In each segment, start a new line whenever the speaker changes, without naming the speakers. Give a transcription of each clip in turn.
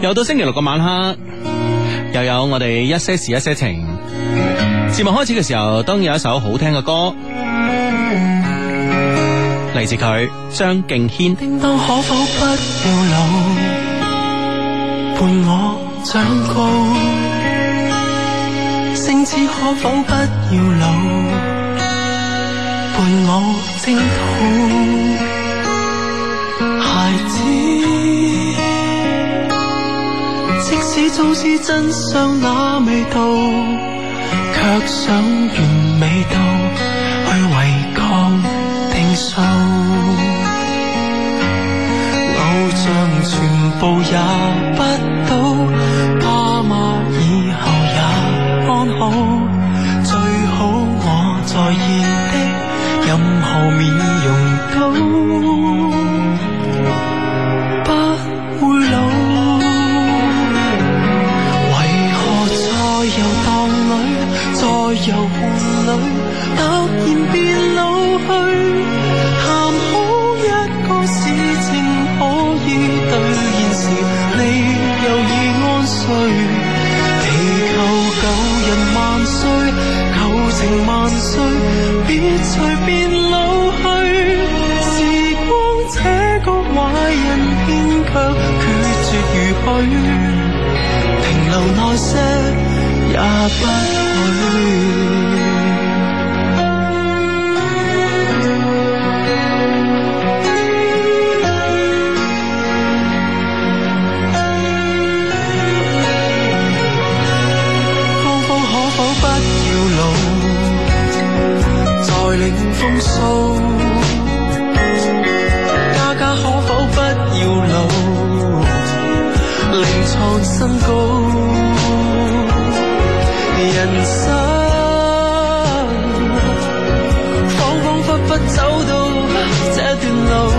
又到星期六嘅晚黑，又有我哋一些事一些情。節目開始嘅時候，當然有一首好聽嘅歌，嚟自佢張敬軒。
叮當可否不要老，伴我長高？星子可否不要老，伴我征討？孩子，即使早知真相那味道，卻想完美到去違抗定數。偶像全部也不到，爸媽以後也安好，最好我在意的任何面容都不會老。為何再由蕩女，再由伴侶，突然變老去？談好一個事情可以兌現時，你又已安睡。地球舊人萬歲，舊情萬歲，別隨便老去。時光這個壞人，偏卻決絕如許。停留耐些也不會。方方可否不要老，再領風騷。家家可否不要老，另創新高。人生恍恍惚惚走到這段路，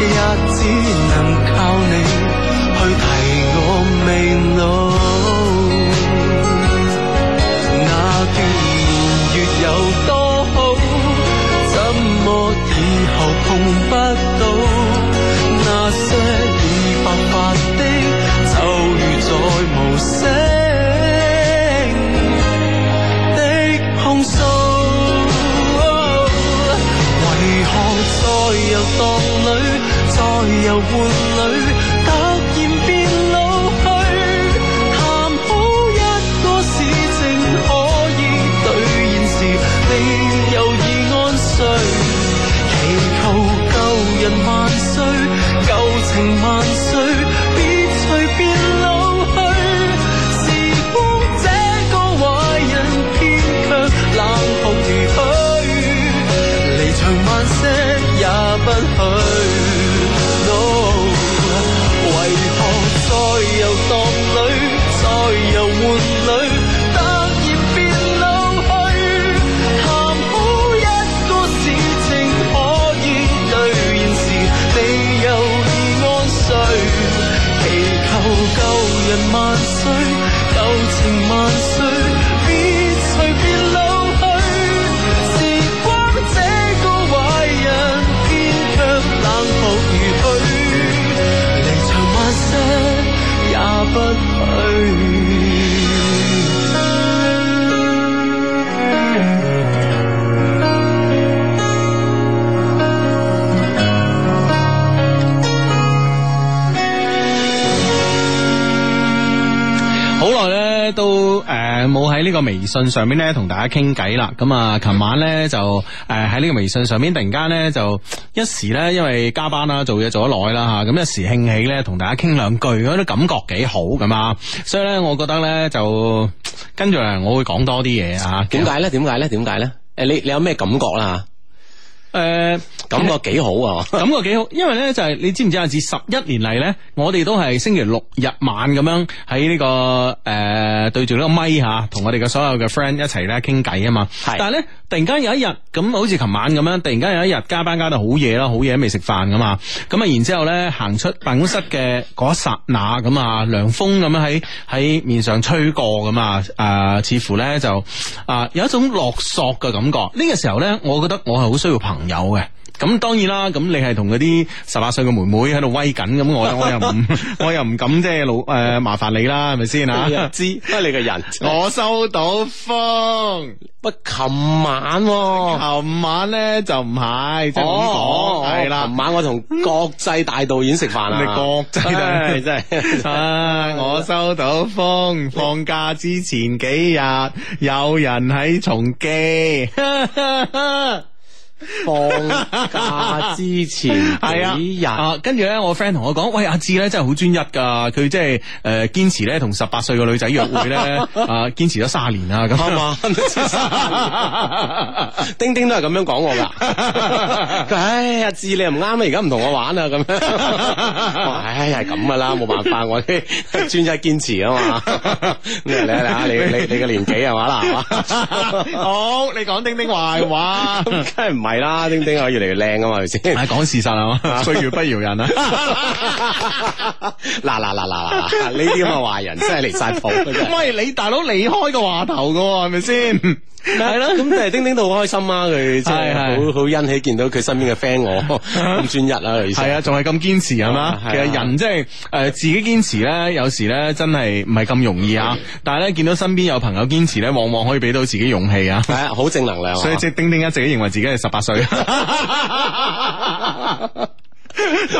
也只能靠你去提我未老。那段年月有多好，怎麼以後碰不到？那些已白髮的，就如在無聲的控訴。為何再有當女，再有伴侶，突然變老去？談好一個事情可以兌現時，你又已安睡。祈求舊人萬歲，舊情萬歲，別隨便老去。時光這個壞人，偏卻冷酷如許，離場慢些也不許。No，為何再有當女，再有換女，突然變老去？談好一個事情可以兌現時，你又已安睡。祈求舊人萬歲，舊情萬歲，別隨便老去。時光這個壞人，偏卻冷酷如許。離場慢些也不許。
好耐咧都誒冇喺呢個微信上面咧同大家傾偈啦。咁啊，琴晚咧就誒喺呢個微信上面突然間咧就一時咧，因為加班啦，做嘢做得耐啦嚇，咁一時興起咧同大家傾兩句，嗰啲感覺幾好咁啊。所以咧，我覺得咧就跟住嚟，我會講多啲嘢啊。
點解咧？點解咧？點解咧？誒，你你有咩感覺啦？
誒？
感覺幾好啊！
感覺幾好，因為咧就係、你知唔知啊？自十一年嚟咧，我哋都係星期六日晚咁樣喺呢、個誒、呃、對住呢個咪吓，同我哋嘅所有嘅 friend 一齊咧傾偈啊嘛。
係
但係咧突然間有一日咁，好似琴晚咁樣，突然間有一日加班加到好夜啦，好夜都未食飯噶嘛。咁啊，然之後咧行出辦公室嘅嗰一剎那咁啊，涼風咁樣喺喺面上吹過咁啊，誒、似乎咧就啊、有一種落索嘅感覺。呢、個時候咧，我覺得我係好需要朋友嘅。咁當然啦，咁你係同嗰啲十八歲嘅妹妹喺度威緊，咁我我又 唔我又唔敢即係老誒麻煩你啦，係咪先啊？
知，啊你個人，
我收到風，
不琴晚喎。
琴晚咧就唔係，即係咁
哦
講，係啦
琴。晚我同國際大導演食飯啊！
你國際大導
唉
演
真係
唉，我收到風，放假之前幾日有人喺重機，
放假之前
係啊
幾日
啊，跟住咧，我 friend 同我講，喂，阿志咧真係好專一㗎，佢即係誒堅持咧同十八歲嘅女仔約會咧， 啊堅持咗卅年啦，咁
啱 嘛？丁丁都係咁樣講我噶，佢話唉阿志你又唔啱啊，而家唔同我玩啊咁樣，我話唉係咁噶啦，冇辦法，我啲專一堅持啊嘛。你嚟嚟下，你你你嘅年紀係嘛啦，係嘛？
好，你講丁丁壞話
咁。梗係唔係啦，丁丁我越嚟越靚啊嘛，係咪先？
係講事實啊 嘛，歲月不饒人啊！
嗱嗱嗱嗱嗱，呢啲咁嘅壞人真係離晒 譜，真係。
喂，你大佬你開個話頭噶喎，係咪先？
系咯，咁但系丁丁都好開心啊！佢真
係
係
係
好好欣喜見到佢身邊嘅 friend 我咁專一啊！佢意思
係啊，仲係咁堅持哦係嘛
啊？係啊
其實人即係诶自己堅持咧，有時咧真係唔係咁容易啊。但係咧見到身邊有朋友堅持咧，往往可以俾到自己勇氣啊。
係啊，好正能量啊。
所以 即係丁丁一直都認為自己係十八歲。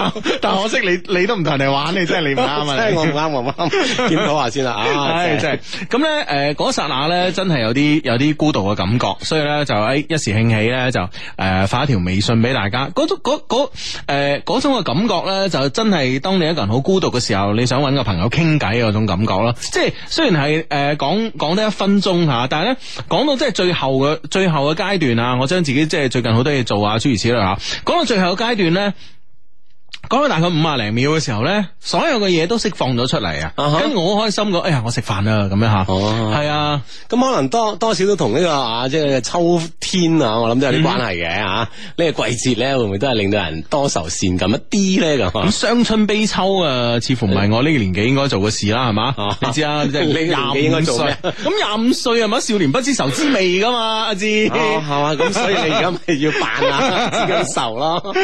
但但可惜你你都唔同人哋玩，你真係你唔啱 啊！
真係
你
我唔啱，我唔啱，檢討下先啦。啊，
唉，
係
真系咁咧，诶，嗰刹那咧，真係有啲有啲孤獨嘅感覺，所以咧就诶一時興起咧就诶發一條微信俾大家，嗰種嗰嗰诶嗰種嘅感覺咧，就真係當你一個人好孤獨嘅時候，你想揾個朋友傾偈嗰種感覺咯。即係雖然係诶講講得一分鐘吓，但係咧講到即係最後嘅最後嘅階段啊，我將自己即係最近好多嘢做啊，諸如此類吓。講到最後嘅階段咧。講到大概五啊零秒嘅時候咧，所有嘅嘢都釋放咗出嚟啊
啊哈
跟住我好開心個，哎呀，我食飯啦咁樣吓，
哦
係啊，
咁可能多多少都同呢個啊，即係秋天啊，我諗都有啲關係嘅吓。呢個季節咧，會唔會都係令到人多愁善感一啲咧？咁啊
咁傷春悲秋啊，似乎唔係我呢個年紀應該做嘅事啦，係嘛
啊？
你知 啊，即係
你呢個年紀應該
廿五
做
歲
咩，
咁廿五歲係咪少年不知愁滋味噶嘛，阿志。
哦係嘛，咁所以你而家咪要扮啊，自己好愁咯。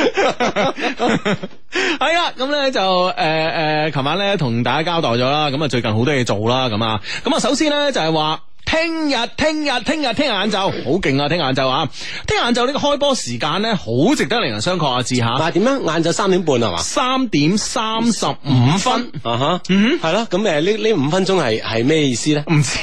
系啦，啊咁咧就诶诶，琴、晚咧同大家交代咗啦，咁啊最近好多嘢做啦，咁啊，咁啊首先咧就係話。聽日、聽日、聽日、聽日晏晝，好勁啊！聽日晏晝啊，聽日晏晝呢個開波時間咧，好值得令人商榷啊！志
但
下
係點樣？晏晝三點半係嘛？
三點三十五分，嗯
啊哈，係咯，咁誒呢呢五分鐘係係咩意思 咧？
唔知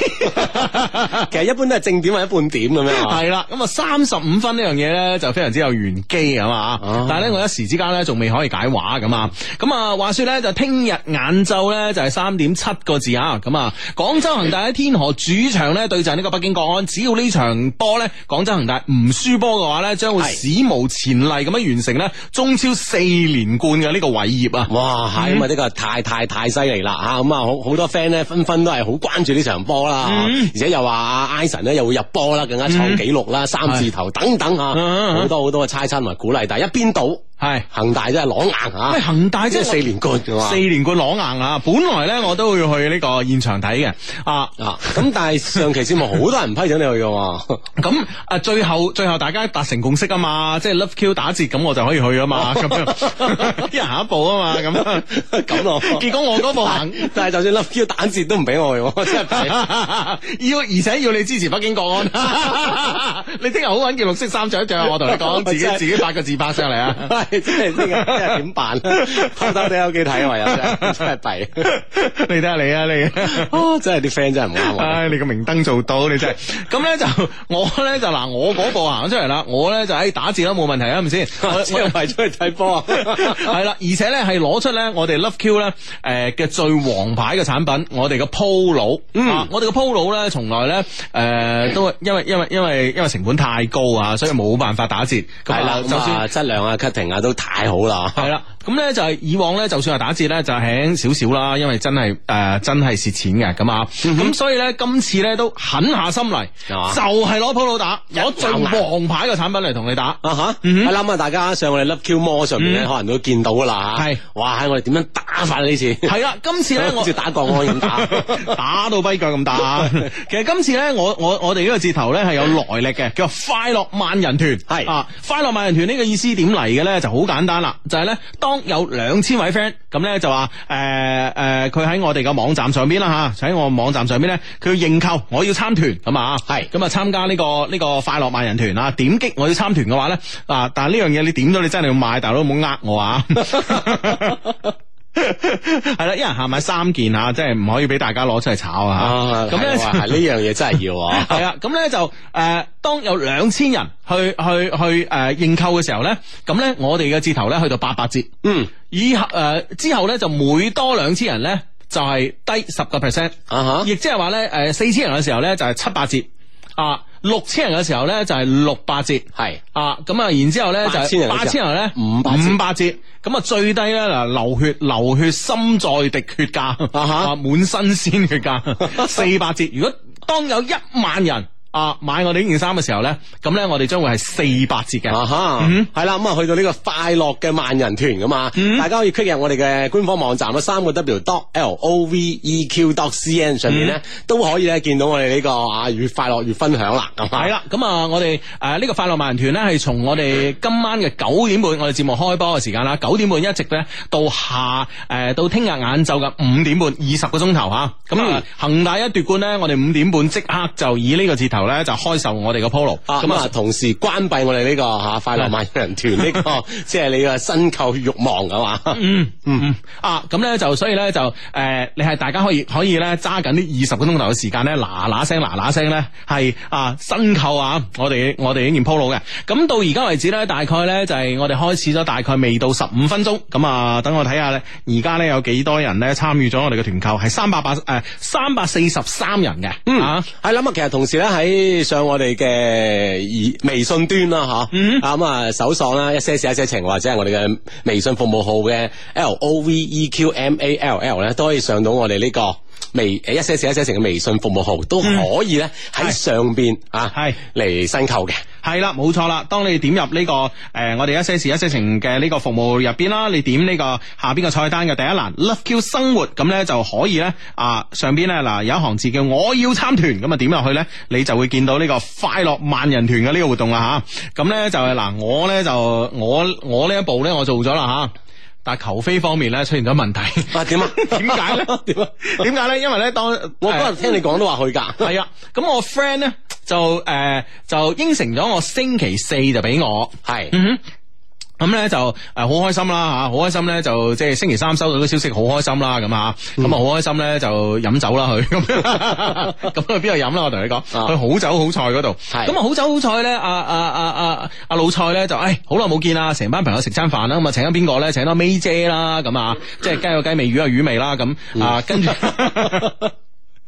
其實一般都係正點或者半點咁樣啊。
係啦，咁啊三十五分呢樣嘢咧就非常之有玄機啊嘛，
哦
但係咧我一時之間咧仲未可以解話咁啊，咁啊話說咧就聽日晏晝咧就係三點七個字啊，咁啊廣州恒大喺天河主場咧對陣呢個北京國安，只要呢場波咧廣州恒大唔輸波嘅話咧，將會史無前例咁樣完成咧中超四連冠嘅呢個偉業啊！
哇，係咁啊！呢個太太太犀利啦吓，咁啊好好多 friend 咧，紛紛都係好關注呢場波啦，啊
嗯
而且又話阿 Ison 咧又會入波啦，更加創紀錄啦，三字頭等等吓，
嗯嗯
好多好多嘅猜測同埋鼓勵，但係一邊倒
係
恒大真係攞硬
喂
吓，
恒大
即
啊即
係
係
四連冠嘅嘛
四。連冠攞硬啊！本來咧我都要去呢個現場睇嘅啊。
啊！咁但係上期節目好多人批准你去嘅喎，
咁啊，最後最後大家達成共識啊嘛，即係 Love Q 打折，咁我就可以去啊 嘛，咁樣一人行一步啊嘛，咁
咁咯
結果我嗰步行。
但係就算 Love Q 蛋折都唔俾我去喎， 真係弊。
要而且要你支持北京國安， 你聽日好揾件綠色衫着一着，我同你講，自己
真係
自己發個自拍上嚟啊！
系真係真係真係點辦咧？偷偷地喺屋企睇啊，唯有真係真係弊。
你睇下你啊，你。
啊！真係啲 friend 真係唔啱我。
唉，你個明燈做到，你真係 咁咧就我咧就嗱，我嗰步行咗出嚟啦，我咧就喺打字啦，冇問題啊，係咪先？ 我
即係為咗去睇波啊！
系啦，而且咧 係攞出咧我哋 Love Q 咧诶嘅最王牌嘅產品，我哋嘅 Polo，
嗯
啊我哋嘅 Polo 咧從來咧诶都係因為因為因為因為成本太高啊，所以冇辦法打折。咁
係
啊
啦，
就
咁啊
算
質量啊、cutting 啊都太好啦。
係啦，咁咧就係以往咧，就算係打折咧，就輕少少啦，因為真係诶、呃真係蝕錢嘅咁啊，咁、所以咧今次咧都狠下心嚟，就
嗯係嘛
係攞 Polo 打，攞最
咬牙
王牌嘅產品嚟同你
啊
打。
嗯啊吓，係啦咁啊！大家上我哋 Love Q More 上面咧，可能都見到噶啦嚇
係
哇！喺我哋點樣打打法呢次，
系啦，今次咧
好
我
似打國安咁打
打到跛腳咁打。其實今次咧，我我我哋呢個折頭咧係有來歷嘅，叫快樂萬人團。
係
啊，快樂萬人團呢個意思點嚟嘅咧就好簡單啦，就係咧當有兩千位 friend 咁咧就話誒誒，呃佢、喺我哋嘅網站上邊啦嚇，喺我網站上邊咧佢要認購，我要參團咁啊，
係
咁啊參加呢、個呢、個快樂萬人團啊，點擊我要參團嘅話咧啊，但係呢樣嘢你點咗你真係要買，大佬唔好呃我啊。系啦，一人限買三件吓，即係唔可以俾大家攞出嚟炒啊！咁咧
係呢樣嘢真係 要 啊！
系啦，咁咧就诶、呃，当有两千人去去去诶、呃、认购嘅時候咧，咁咧我哋嘅折頭咧去到八八折，
嗯
以後诶、呃之後咧就每多兩千人咧就係低十個 percent，
啊哈，
亦即係話咧诶四千人嘅時候咧就係七八折，啊六千人嘅時候咧就係六八折。
係
啊，咁啊，然之後咧就
八千人嘅時候
八千人咧
五百折
五百折，咁啊最低咧嗱流血流血心在滴血價
啊哈
滿身鮮血價 四百折。如果當有一萬人啊買我哋呢件衫嘅時候咧，咁咧我哋將會係四百折嘅。
啊哈，
嗯
係啦，咁啊去到呢個快樂嘅萬人團噶嘛，大家可以 click 入我哋嘅官方網站啦，三個 W dot L O V E Q dot C N 上
嗯
面咧，都可以咧見到我哋呢個啊越快樂越分享啦，咁啊
係啦，咁啊，我哋誒呢個快樂萬人團咧，係從我哋今晚嘅九點半，我哋節目開波嘅時間啦，九點半一直咧到下誒、呃到聽日晏晝嘅五點半，二十個鐘頭嚇。咁啊
嗯，
恒大一奪冠咧，我哋五點半即刻就以呢個字頭咧就開售我哋嘅 polo。
啊咁啊，同時關閉我哋呢個吓快樂萬人團呢 個，即係你嘅新購欲望噶嘛。
嗯嗯啊，咁咧就所以咧就誒、呃你係大家可以可以咧揸緊呢二十個鐘頭嘅時間咧，嗱嗱聲嗱嗱聲咧係啊新購啊，我哋我哋呢件 polo 嘅。咁到而家為止咧，大概咧就係、我哋開始咗大概未到十五分鐘，咁啊等我睇下咧，而家咧有幾多人咧參與咗我哋嘅團購，係三百八誒三百四十三人嘅，啊。
係啦，咁啊，其實同時咧喺上我哋嘅微微信端啦，吓，
嗯
啊咁啊，搜索啦一些事一些情，或者係我哋嘅微信服務號嘅 L O V E Q M A L L 咧，都可以上到我哋呢個微誒一些事一些情嘅微信服務號，都可以咧喺上邊啊，
嗯係
嚟申購嘅。
系啦，冇錯啦。當你點入呢、個个呃我哋一些事一些情嘅呢個服務入邊啦，你點呢個下邊嘅菜單嘅第一欄 Love Q 生活咁咧就可以咧啊上邊咧嗱有一行字叫我要參團，咁啊點入去咧，你就會見到呢個快樂萬人團嘅呢個活動啦吓。咁、呢咧就係嗱我咧就我我呢一步咧我做咗啦吓，但係球飛方面咧出現咗 問題。
啊，點啊？
點解咧？
點啊？
點解咧？因為咧當
我
呃
嗰日聽你講都話去㗎。
系啊，咁我 friend 咧就诶、呃就應承咗我星期四就俾我，
係
嗯哼，咁咧就誒好開心啦嚇，好開心咧就即係星期三收到啲消息，好開心啦咁啊，咁啊好開心咧就飲酒啦佢，咁 咁去邊度飲啦？我同你講，去好酒好菜嗰度，
係
咁啊好酒好菜咧，阿阿阿阿阿老蔡咧就誒好耐冇見啦，成班朋友食餐飯啦，咁啊請咗邊個咧？請咗 May 姐啦，咁啊即係雞有雞味，魚有魚味啦，咁啊跟住。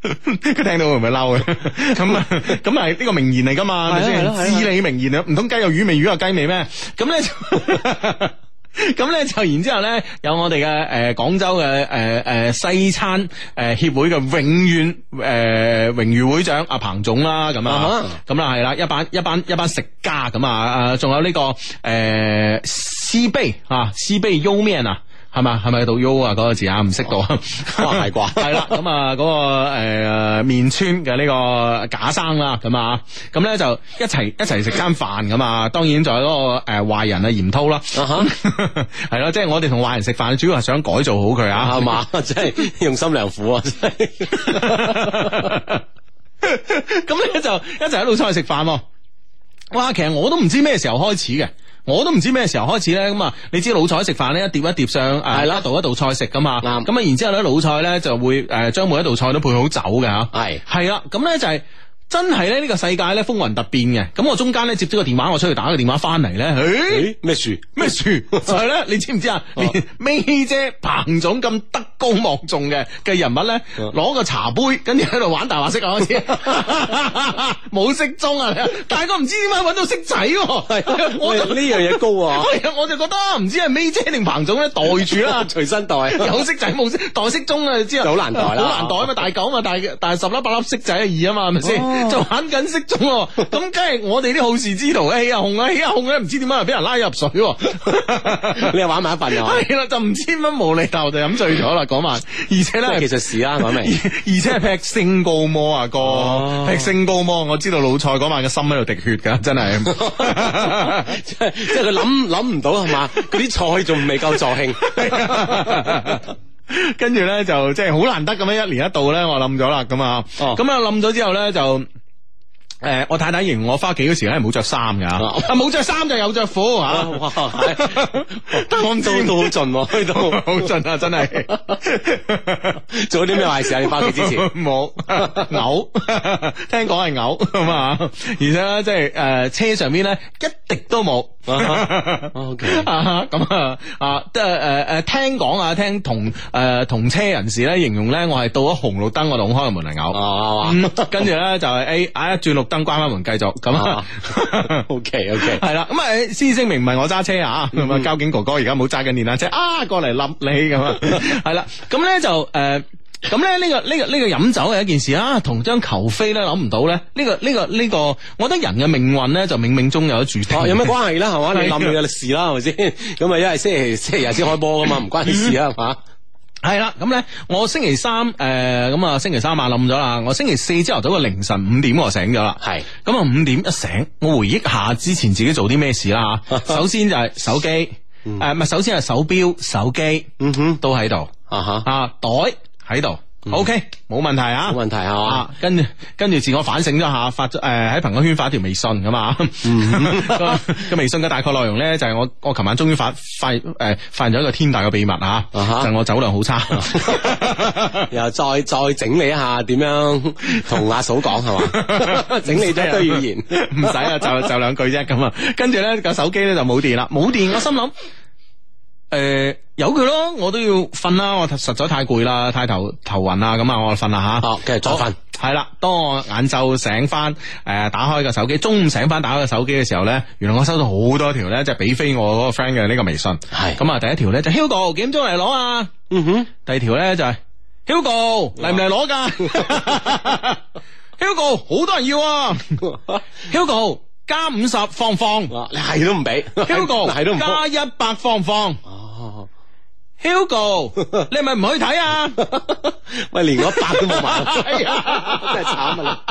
佢聽到會唔會嬲嘅？ 咁啊，咁係呢個名言嚟噶嘛？係咪
係咯係咯係
先？
咯
至理名言啊！唔通雞有魚味，魚有雞味咩？ 咁咧就。咁咧就然之後咧，有我哋嘅誒呃廣州嘅誒誒西餐誒協會嘅永遠誒、呃、榮譽會長阿彭總啦，咁
啊
啊
哈，
咁啦係啦，一班一班一班食家咁啊，誒仲有呢、個誒、呃、西貝啊，西貝優面啊。係嘛？係咪讀 U 啊？嗰、個字啊，唔識讀啊，
哦哇係啩
係 啦，咁啊，嗰、個呃面村嘅呢個假生啦，咁啊，咁咧就一齊一齊食餐飯咁啊。當然仲有嗰個誒壞人啊，嚴滔啦，
啊哈。
係咯，即係我哋同壞人食飯，主要係想改造好佢啊，
係嘛？ 真係用心良苦啊！真係。
咁咧就一齊喺度出去食飯喎。哇，其實我都唔知咩時候開始嘅。我都唔知咩時候開始咧，咁啊，你知老蔡食飯咧，一碟一碟上，誒
係啦
一道一道菜食噶嘛，
啱
咁啊，然之後咧，老蔡咧就會誒將每一道菜都配好酒嘅嚇，
係
係啦，咁咧就係、真係咧，呢個世界咧風雲突變嘅。咁我中間咧接咗個電話，我出去打個電話翻嚟咧，誒
誒咩樹？
咩樹？就係咧，你知唔知啊？連 May 姐、彭總咁德高望重嘅嘅人物咧，攞個茶杯，跟住喺度玩大話骰啊，開始冇骰盅啊！你大哥唔知點解揾到骰仔喎，我
喂
就
呢樣嘢高啊！
我就我就覺得唔知係 May 姐定彭總咧袋住啦。
隨啊身袋
有色仔冇色，袋色中啊，你知啊，
就好難袋啦
好難袋啊嘛，大九啊嘛，大大十粒八粒色仔啊二啊嘛，係咪先？
哦
就就玩緊骰盅喎，咁梗係我哋啲好事之徒咧，起啊控啊，起啊控咧，唔知點解又俾人拉入水 喎。
你又玩埋一份 啊？
係啦，就唔知乜無厘頭就飲醉咗啦嗰晚，而且咧
技術事啦，講明。
而且係劈聖告魔啊
哦
哥，劈聖告魔，我知道老蔡嗰晚嘅心喺度滴血噶，真係。
即係即係佢諗諗唔到係嘛？嗰啲菜仲未夠助興，
跟住咧就即係好難得咁樣一年一度咧，我冧咗啦咁啊，
哦
咁啊冧咗之後咧就。誒、我太太形容我翻屋企嗰時咧係冇着衫㗎，
哦
啊冇着衫就有着褲啊嚇，
啊哇哎
但我唔知
都都好盡喎，去到
好盡啊，真係
做咗啲咩壞事啊？你翻屋企 之前，
冇嘔，聽講係嘔咁啊，而且咧即係誒車上邊咧一滴都冇。
啊 OK
啊咁啊啊，即系诶诶，听讲啊，聽同诶同車人士咧形容咧，我係到咗紅綠燈我就開門嚟嘔，
哦
嗯跟住咧就係诶，哎轉綠燈關翻門繼續咁啊。
，OK OK，
係啦，咁啊，誒先聲明唔係我揸車啊，咁
嗯
啊，交警哥哥而家冇揸緊電單車啊，過嚟冧你咁
嗯
啊，係啦，咁咧就诶。咁咧呢個呢、個呢、個飲酒係一件事啊，同張球飛咧諗唔到咧，呢、個呢、個呢、個，我覺得人嘅命運咧就冥冥中有得注定。
哦有咩關係啦？係嘛？你
係啊
諗你嘅事啦，係咪先？咁啊，因為星期星期日先開波噶嘛，唔關你事啊，係嘛？
系啦，咁咧，我星期三诶，咁、啊，星期三晚冧咗啦，我星期四朝頭早嘅凌晨五點我就醒咗啦。
係
咁啊，五點一醒，我回憶下之前自己做啲咩事 啦。首先就係手機，诶、唔係，首先係手錶、手機，
嗯哼
都喺度，
啊哈，
啊，袋喺度、o k 冇問題啊，
嗯冇問題係 嘛？
啊，跟住跟住自我反省咗下，發咗诶喺朋友圈發一條微信噶嘛，
嗯
個微信嘅大概內容咧就係我我琴晚終於發發诶發現咗一個天大嘅秘密啊，就
哈
係我酒量好 差，
然後再再整理一下點樣同阿嫂講係嘛？整理咗一堆語言，
唔使啊，就就兩句啫咁啊，跟住咧個手機咧就冇電啦，冇電我心諗。诶、由佢咯，我都要瞓啦，我實在太攰啦，太頭頭暈啦，咁啊，我瞓啦吓。
哦，跟住再瞓。
系啦，當我晏晝醒翻，诶、打開個手機，中午醒翻打開個手機嘅時候咧，原來我收到好多條咧，即係俾飛我嗰個 friend 嘅呢個微信。
係
咁啊，第一條咧就 Hugo 幾點鐘嚟攞啊？
嗯哼，
第二條咧就係 Hugo 嚟唔嚟攞㗎 Hugo 好多人要啊！Hugo 加五十放唔放
哇你 係都唔俾
？Hugo
係都唔
加一百放唔放
哦，
？Hugo 你係咪唔去睇啊？
喂，連嗰一百都冇 埋，
係啊
真係慘啊！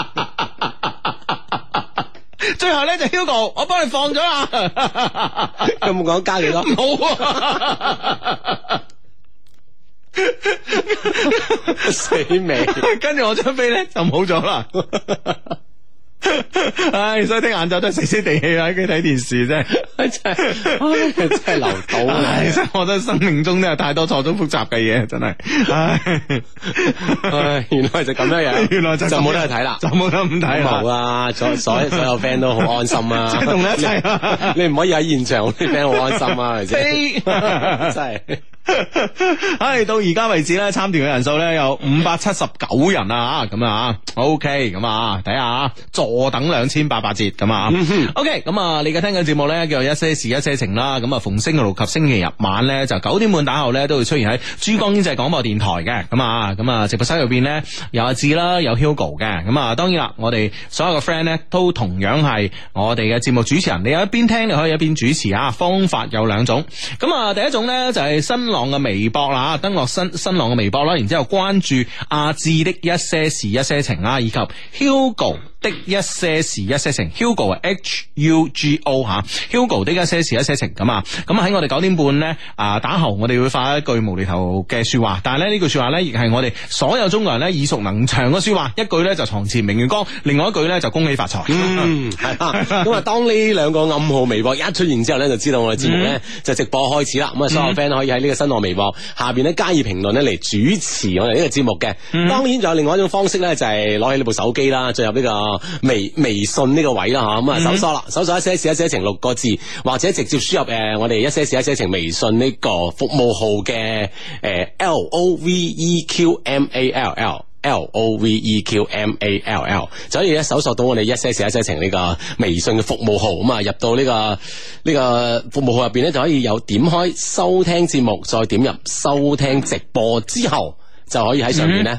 你
最後咧就 Hugo 我幫你放咗啦。
有冇講加幾多？
冇 啊！
死未？
跟住我張飛咧就冇咗啦。 唉，所以聽晏晝真係死死地氣啊！喺屋企睇電視真係，
真係真係留到
唉，
啊！
真係我覺得生命中都有太多錯綜複雜嘅嘢，真係。 唉，
唉，原來就咁樣樣，
原來就
啊就
咁
冇得去睇啦。
就冇得咁睇
冇
啦。
啊！所所所 有 friend 都好安心啊！
即係同你一齊啊
你你唔可以喺現場，啲 friend 好安心啊，係咪先？
飛
真係
唉，到而家為止咧，參團嘅人數咧有五百七十九人啊，咁啊，OK，咁啊，睇下啊，坐等兩千八百折咁啊，OK，咁啊，你而家聽緊節目咧叫做一些事一些情啦，咁啊，逢星期六及星期日晚咧就九點半打後咧都會出現喺珠江經濟廣播電台嘅，咁啊，咁啊，直播室入邊咧有阿志啦，有 Hugo 嘅，咁啊，當然啦，我哋所有嘅 friend 咧都同樣係我哋嘅節目主持人，你有一邊聽你可以一邊主持啊，方法有兩種，咁啊，第一種咧就係新浪嘅微博啦，登落新新浪嘅微博啦，然之後關注阿志的一些事一些情啊啦，以及 Hugo 的一些事一些情，Hugo 係 H U G O 吓，Hugo 的一些事一些情咁啊，咁喺我哋九點半咧啊打後，我哋會發一句無厘頭嘅説話，但係咧呢句説話咧亦係我哋所有中國人咧耳熟能詳嘅説話，一句咧就床前明月光，另外一句咧就恭喜發財。
嗯，係啦。咁啊，當呢兩個暗號微博一出現之後咧，就知道我哋節目咧就直播開始啦。咁啊，所有 friend 可以喺呢個新浪微博下邊咧加以評論咧嚟主持我哋呢個節目嘅。當然仲有另外一種方式咧，就係攞起你部手機啦，進入呢個微微信呢個位啦嚇。咁啊，搜索啦，搜索一些事一些情六個字，或者直接輸入誒我哋一些事一些情微信呢個服務號嘅誒 L O V E Q M A L L。L O V E Q M A L L，就可以咧搜索到我哋一些事一些情呢個微信嘅服務號，咁啊入到呢、個呢、個服務號入邊咧就可以有點開收聽節目，再點入收聽直播之後，就可以喺上面咧。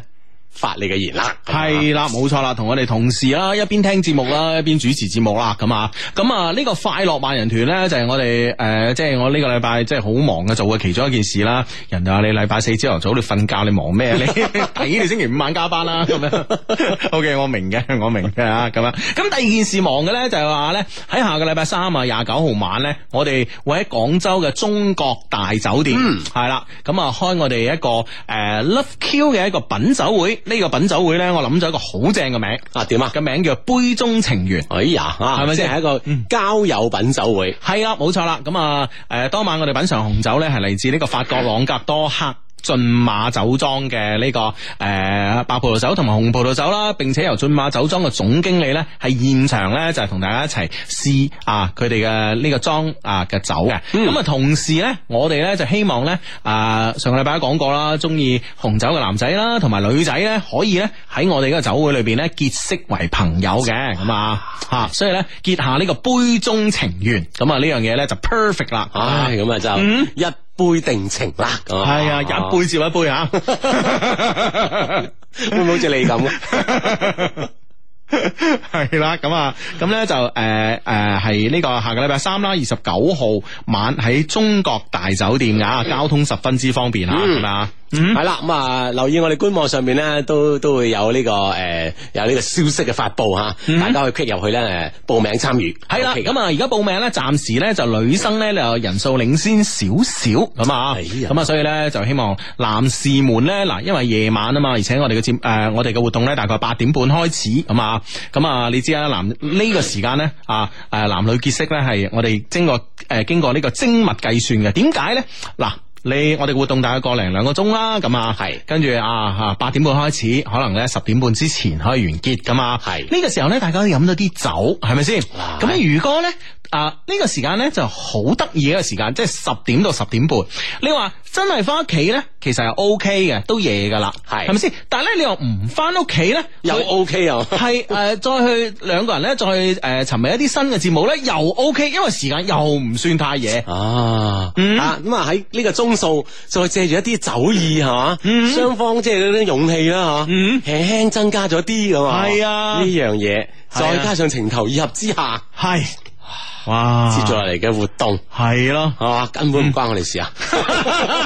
發你嘅言啦。
嗯系啦，冇錯啦，同我哋同事啦，一邊聽節目啦，一邊主持節目啦，咁啊，咁啊，呢個快樂萬人團呢，就係我哋诶，呃即係我呢個禮拜即係好忙嘅做嘅其中一件事啦。人哋話你禮拜四朝頭早你瞓覺，你忙咩？你 睇你星期五晚加班啦，咁樣。O、k 我明嘅， 我明嘅啊，咁樣。咁第二件事忙嘅呢，就係話呢，喺下個禮拜三啊，廿九號晚呢，我哋會喺廣州嘅中國大酒店，係啦、咁啊開我哋一個诶、呃 Love Q 嘅一個品酒會。呢、個品酒會呢，我諗咗一個好正嘅名，
啊點啊？
嘅名叫杯中情緣。
哎呀，
係
係
咪
咪
先嗯
先係一個交友品酒會？
係啦，冇錯啦。咁啊，诶、當晚我哋品嚐紅酒呢，係嚟自呢個法國朗格多克。骏馬酒莊嘅呢個誒、呃白葡萄酒同埋紅葡萄酒啦，並且由骏馬酒莊嘅總經理呢，係現場呢，就係同大家一齊試啊佢哋嘅呢個莊啊嘅酒嘅。咁啊、同時呢，我哋呢，就希望呢，啊、上個禮拜都講過啦，中意紅酒嘅男仔啦同埋女仔呢，可以呢，喺我哋嗰個酒會裏邊呢，結識為朋友嘅咁啊嚇，所以呢，結下呢個杯中情緣，咁啊呢樣嘢呢，就 perfect 啦。
唉，咁啊就一杯定情啦。咁
嗯
啊
系啊， 一杯接一杯啊！
會唔會好似你咁啊？
系啦，咁啊，咁咧就诶诶系呢個下個禮拜三啦，二十九號晚喺中國大酒店啊，交通十分之方便啊，係咪啊？嗯，
係啦，咁啊，留意我哋官網上面咧，都都會有呢個誒有呢個消息嘅發布嚇，大家去 click 入去咧誒報名參與。
嗯係啦，
OK
咁啊，而家報名咧，暫時咧就女生咧就人數領先少少咁啊，
哎呀
咁啊，所以咧就希望男士們咧嗱，因為夜晚啊嘛，而且我哋嘅節诶，我哋嘅活動咧大概八點半開始咁啊，咁啊，你知啦，男呢個時間咧啊诶，男女結識咧係我哋經過诶经过呢個精密計算嘅，點解咧嗱？你我哋活動大概個零兩個鐘啦，咁啊，
係
跟住啊嚇八點半開始，可能咧十點半之前可以完結噶嘛，
係
呢個時候咧，大家都飲咗啲酒，係咪先？
哇
咁如果咧，啊呢個時間咧就好得意嘅一個時間，即係十點到十點半。你話真係翻屋企咧，其實係 O K 嘅，都夜噶啦，
係
係咪先？但係咧，你又唔翻屋企咧，
又 OK 啊！
系诶、呃再去兩個人咧，再去诶寻觅一啲新嘅節目咧，又 O、k 因為時間又唔算太夜。
啊，
嗯
啊咁啊喺呢個鐘數，再借住一啲酒意係嘛，雙方即係嗰啲勇氣啦吓，
嗯
輕輕增加咗啲咁嘛，
係啊
呢樣嘢，
係啊
再加上情投意合之下，
係，哇
接咗落嚟嘅活動
係咯。
係嘛，根
嗯
本唔關我哋事啊，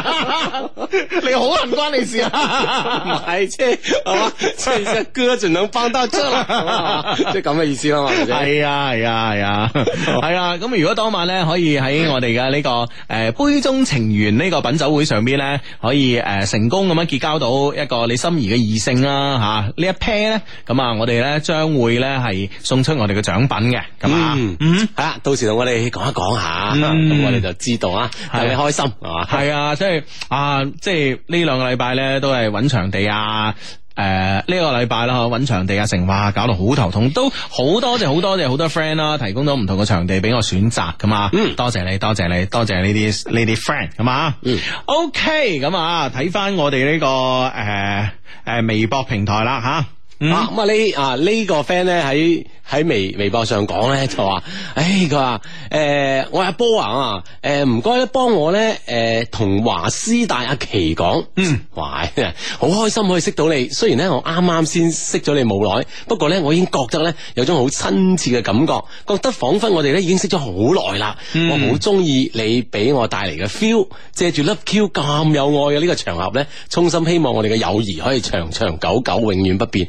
你好難關你事
唔
啊！
係即係係嘛，即係只歌就能幫得出啦，係嘛即係咁嘅意思啦 嘛，係咪先
系啊系啊系啊系啊！咁如果當晚咧，可以喺我哋嘅呢個诶杯中情緣呢個品酒會上邊咧，可以诶成功咁樣結交到一個你心儀嘅異性啦吓，呢一 pair 咧，咁啊我哋咧將會咧係送出我哋嘅獎品嘅，咁啊，
嗯，系啦，到時同我哋講一講下，
嗯
咁我哋就知道啊，
係啊
等你開心係嘛，
系啊，即係啊，即係呢兩個禮拜咧都係揾場地啊。誒呢、個禮拜啦，揾場地啊，成哇搞到好頭痛，都好多謝好多謝好多 friend 啦，提供到唔同嘅場地俾我選擇噶嘛。
嗯
多謝你，多謝你，多謝呢啲呢啲 friend 咁啊。
嗯
，OK，咁啊，睇翻我哋呢、個誒誒、微博平台啦吓。嗯
啊咁啊呢啊呢個 friend 咧喺喺微微博上講咧就話，唉佢話誒我係阿波啊，誒唔該咧幫我咧誒同華師大阿琪講，嗯，哇 好開心可以識到你，雖然咧我啱啱先識咗你冇耐，不過咧我已經覺得咧有種好親切嘅感覺，覺得彷彿我哋咧已經識咗好耐啦，我好中意你俾我帶嚟嘅 feel，借住 Love Q 咁有愛嘅呢個場合咧，衷心希望我哋嘅友誼可以長長久久，永遠不變。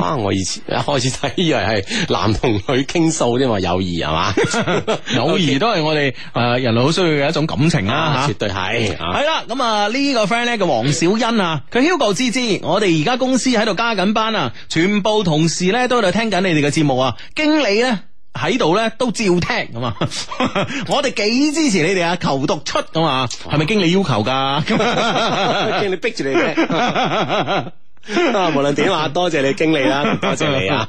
啊！我以前一 開始睇以為係男同女傾訴啫嘛，友誼係嘛，
友誼都係我哋誒、人類好需要嘅一種感情啦嚇
啊，。絕對係啊！
系啦，咁啊呢個 friend 咧叫黃小欣啊，佢 Hugo 芝芝，我哋而家公司喺度加緊班啊，全部同事咧都喺度聽緊你哋嘅節目啊，經理咧。喺度咧都照聽咁啊！ 我哋幾支持你哋啊，求讀出咁啊，係咪經理要求 㗎？
經理逼住你嘅， 啊無論點 啊，多謝你經理啦，多謝你啊！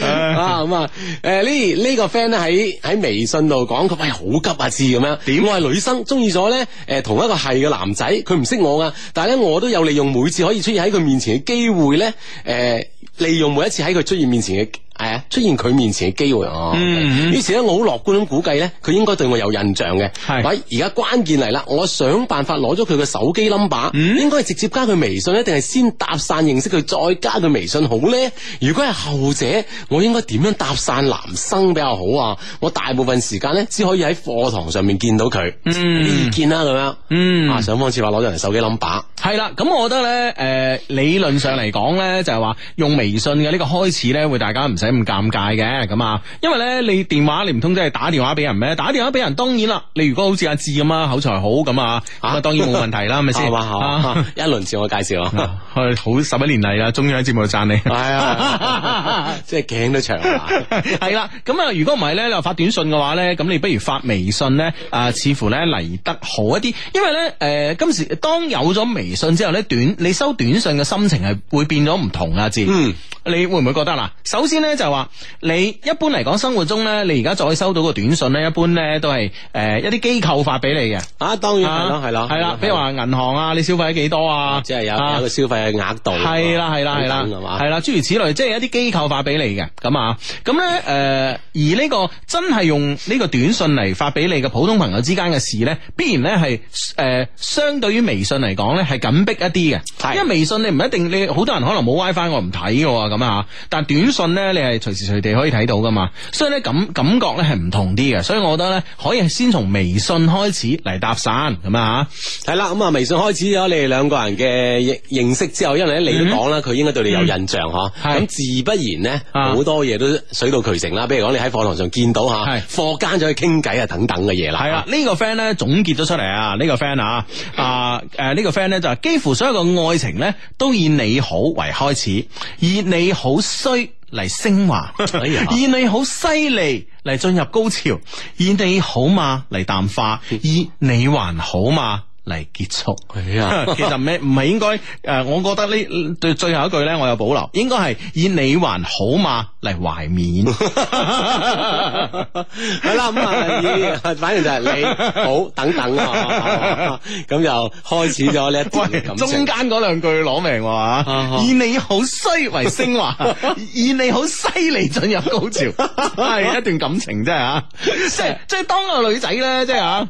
啊咁啊，诶呢呢個 friend 咧喺喺微信度講佢喂好急啊字咁樣，點我係女生，中意咗咧诶同一個係嘅男仔，佢唔識我噶，但係咧我都有利用每次可以出現喺佢面前嘅機會咧，诶、利用每一次喺佢出現面前嘅。诶出現佢面前嘅機會哦。
嗯嗯
於是咧，我好樂觀咁估計咧，佢應該對我有印象嘅。
係
喂，而家關鍵嚟啦，我想辦法攞咗佢嘅手機 number，
嗯
應該係直接加佢微信咧，定係先搭訕認識佢，再加佢微信好咧？如果係後者，我應該點樣搭訕男生比較好啊？我大部分時間咧，只可以喺課堂上面見到佢，
嗯
俾意見啦咁樣。
嗯
啊，想方設法攞咗人手機 number。
系啦，咁我覺得咧，诶、理論上嚟講咧，就係話用微信嘅呢個開始咧，會大家唔使咁尷尬嘅，咁啊，因為咧你電話你唔通真係打電話俾人咩？打電話俾人當然啦，你如果好似阿志咁啊，口才好咁啊，咁啊
啊
當然冇問題啦，係咪
係
先？
嘛 係
啊
嘛，一輪自我介 紹啊。
係好十一年嚟啦，終於喺節目度讚你。
系 啊，即系颈都長啊埋。
系啦，咁啊，如果唔系咧，你話發短信嘅話咧，咁你不如發微信咧，啊、似乎咧嚟得好一啲，因為咧，诶、今時當有咗微信之後咧，短你收短信嘅心情係會變咗唔同啊，字，
嗯，
你會唔會覺得嗱？首先咧就係話，你一般嚟講生活中咧，你而家再收到個短信咧，一般咧都係诶、誒一啲機構發俾你嘅，
啊，當然係
啊
咯，係咯，
係啦，比如話銀行啊，你消費咗幾多啊？
即係有
啊
有個消費嘅額度，
系啦系啦系啦
啊等等係嘛，
系啦，諸如此類，即係一啲機構發俾你嘅咁啊。咁咧诶，誒而呢個真係用呢個短信嚟發俾你嘅普通朋友之間嘅事咧，必然咧係诶，誒相對於微信嚟講咧係緊迫一啲嘅，
係
因為微信你唔一定你好多人可能冇 WiFi 我唔睇嘅喎咁啊，但短信咧你係隨時隨地可以睇到噶嘛，所以咧感感覺咧係唔同啲嘅，所以我覺得咧可以先從微信開始嚟搭訕咁啊。
係啦，咁啊，微信開始咗你哋兩個人嘅認認識之後，因為咧你都講啦，佢應該對你有印象嗬，
嗯係
咁自不然咧，
啊
好多嘢都水到渠成啦。比如講你喺課堂上見到吓，
係
課間就去傾偈啊，等等嘅嘢啦。
系啦，呢個 friend 咧總結咗出嚟啊，呢個 friend 啊，啊诶呢個 friend 咧就係幾乎所有嘅愛情咧都以你好為開始，以你好衰嚟升 華，
哎呀
以你好犀利嚟進入高潮，以你好嘛嚟淡化，以你還好嘛嚟結束。
哎呀，
其實咩唔係應該诶、誒我覺得呢對最後一句咧，我有保留，應該係以你還好嘛嚟懷 緬。
係啦，咁啊，以反正就係你好等等 啊，咁就開始咗呢一段
喂，
嘅感
中
情
間。嗰兩句攞命喎
啊
嚇以你好衰為升華， 以你好犀利進入高 潮，係一段感情真係啊！即係即係當個女仔咧，即係啊。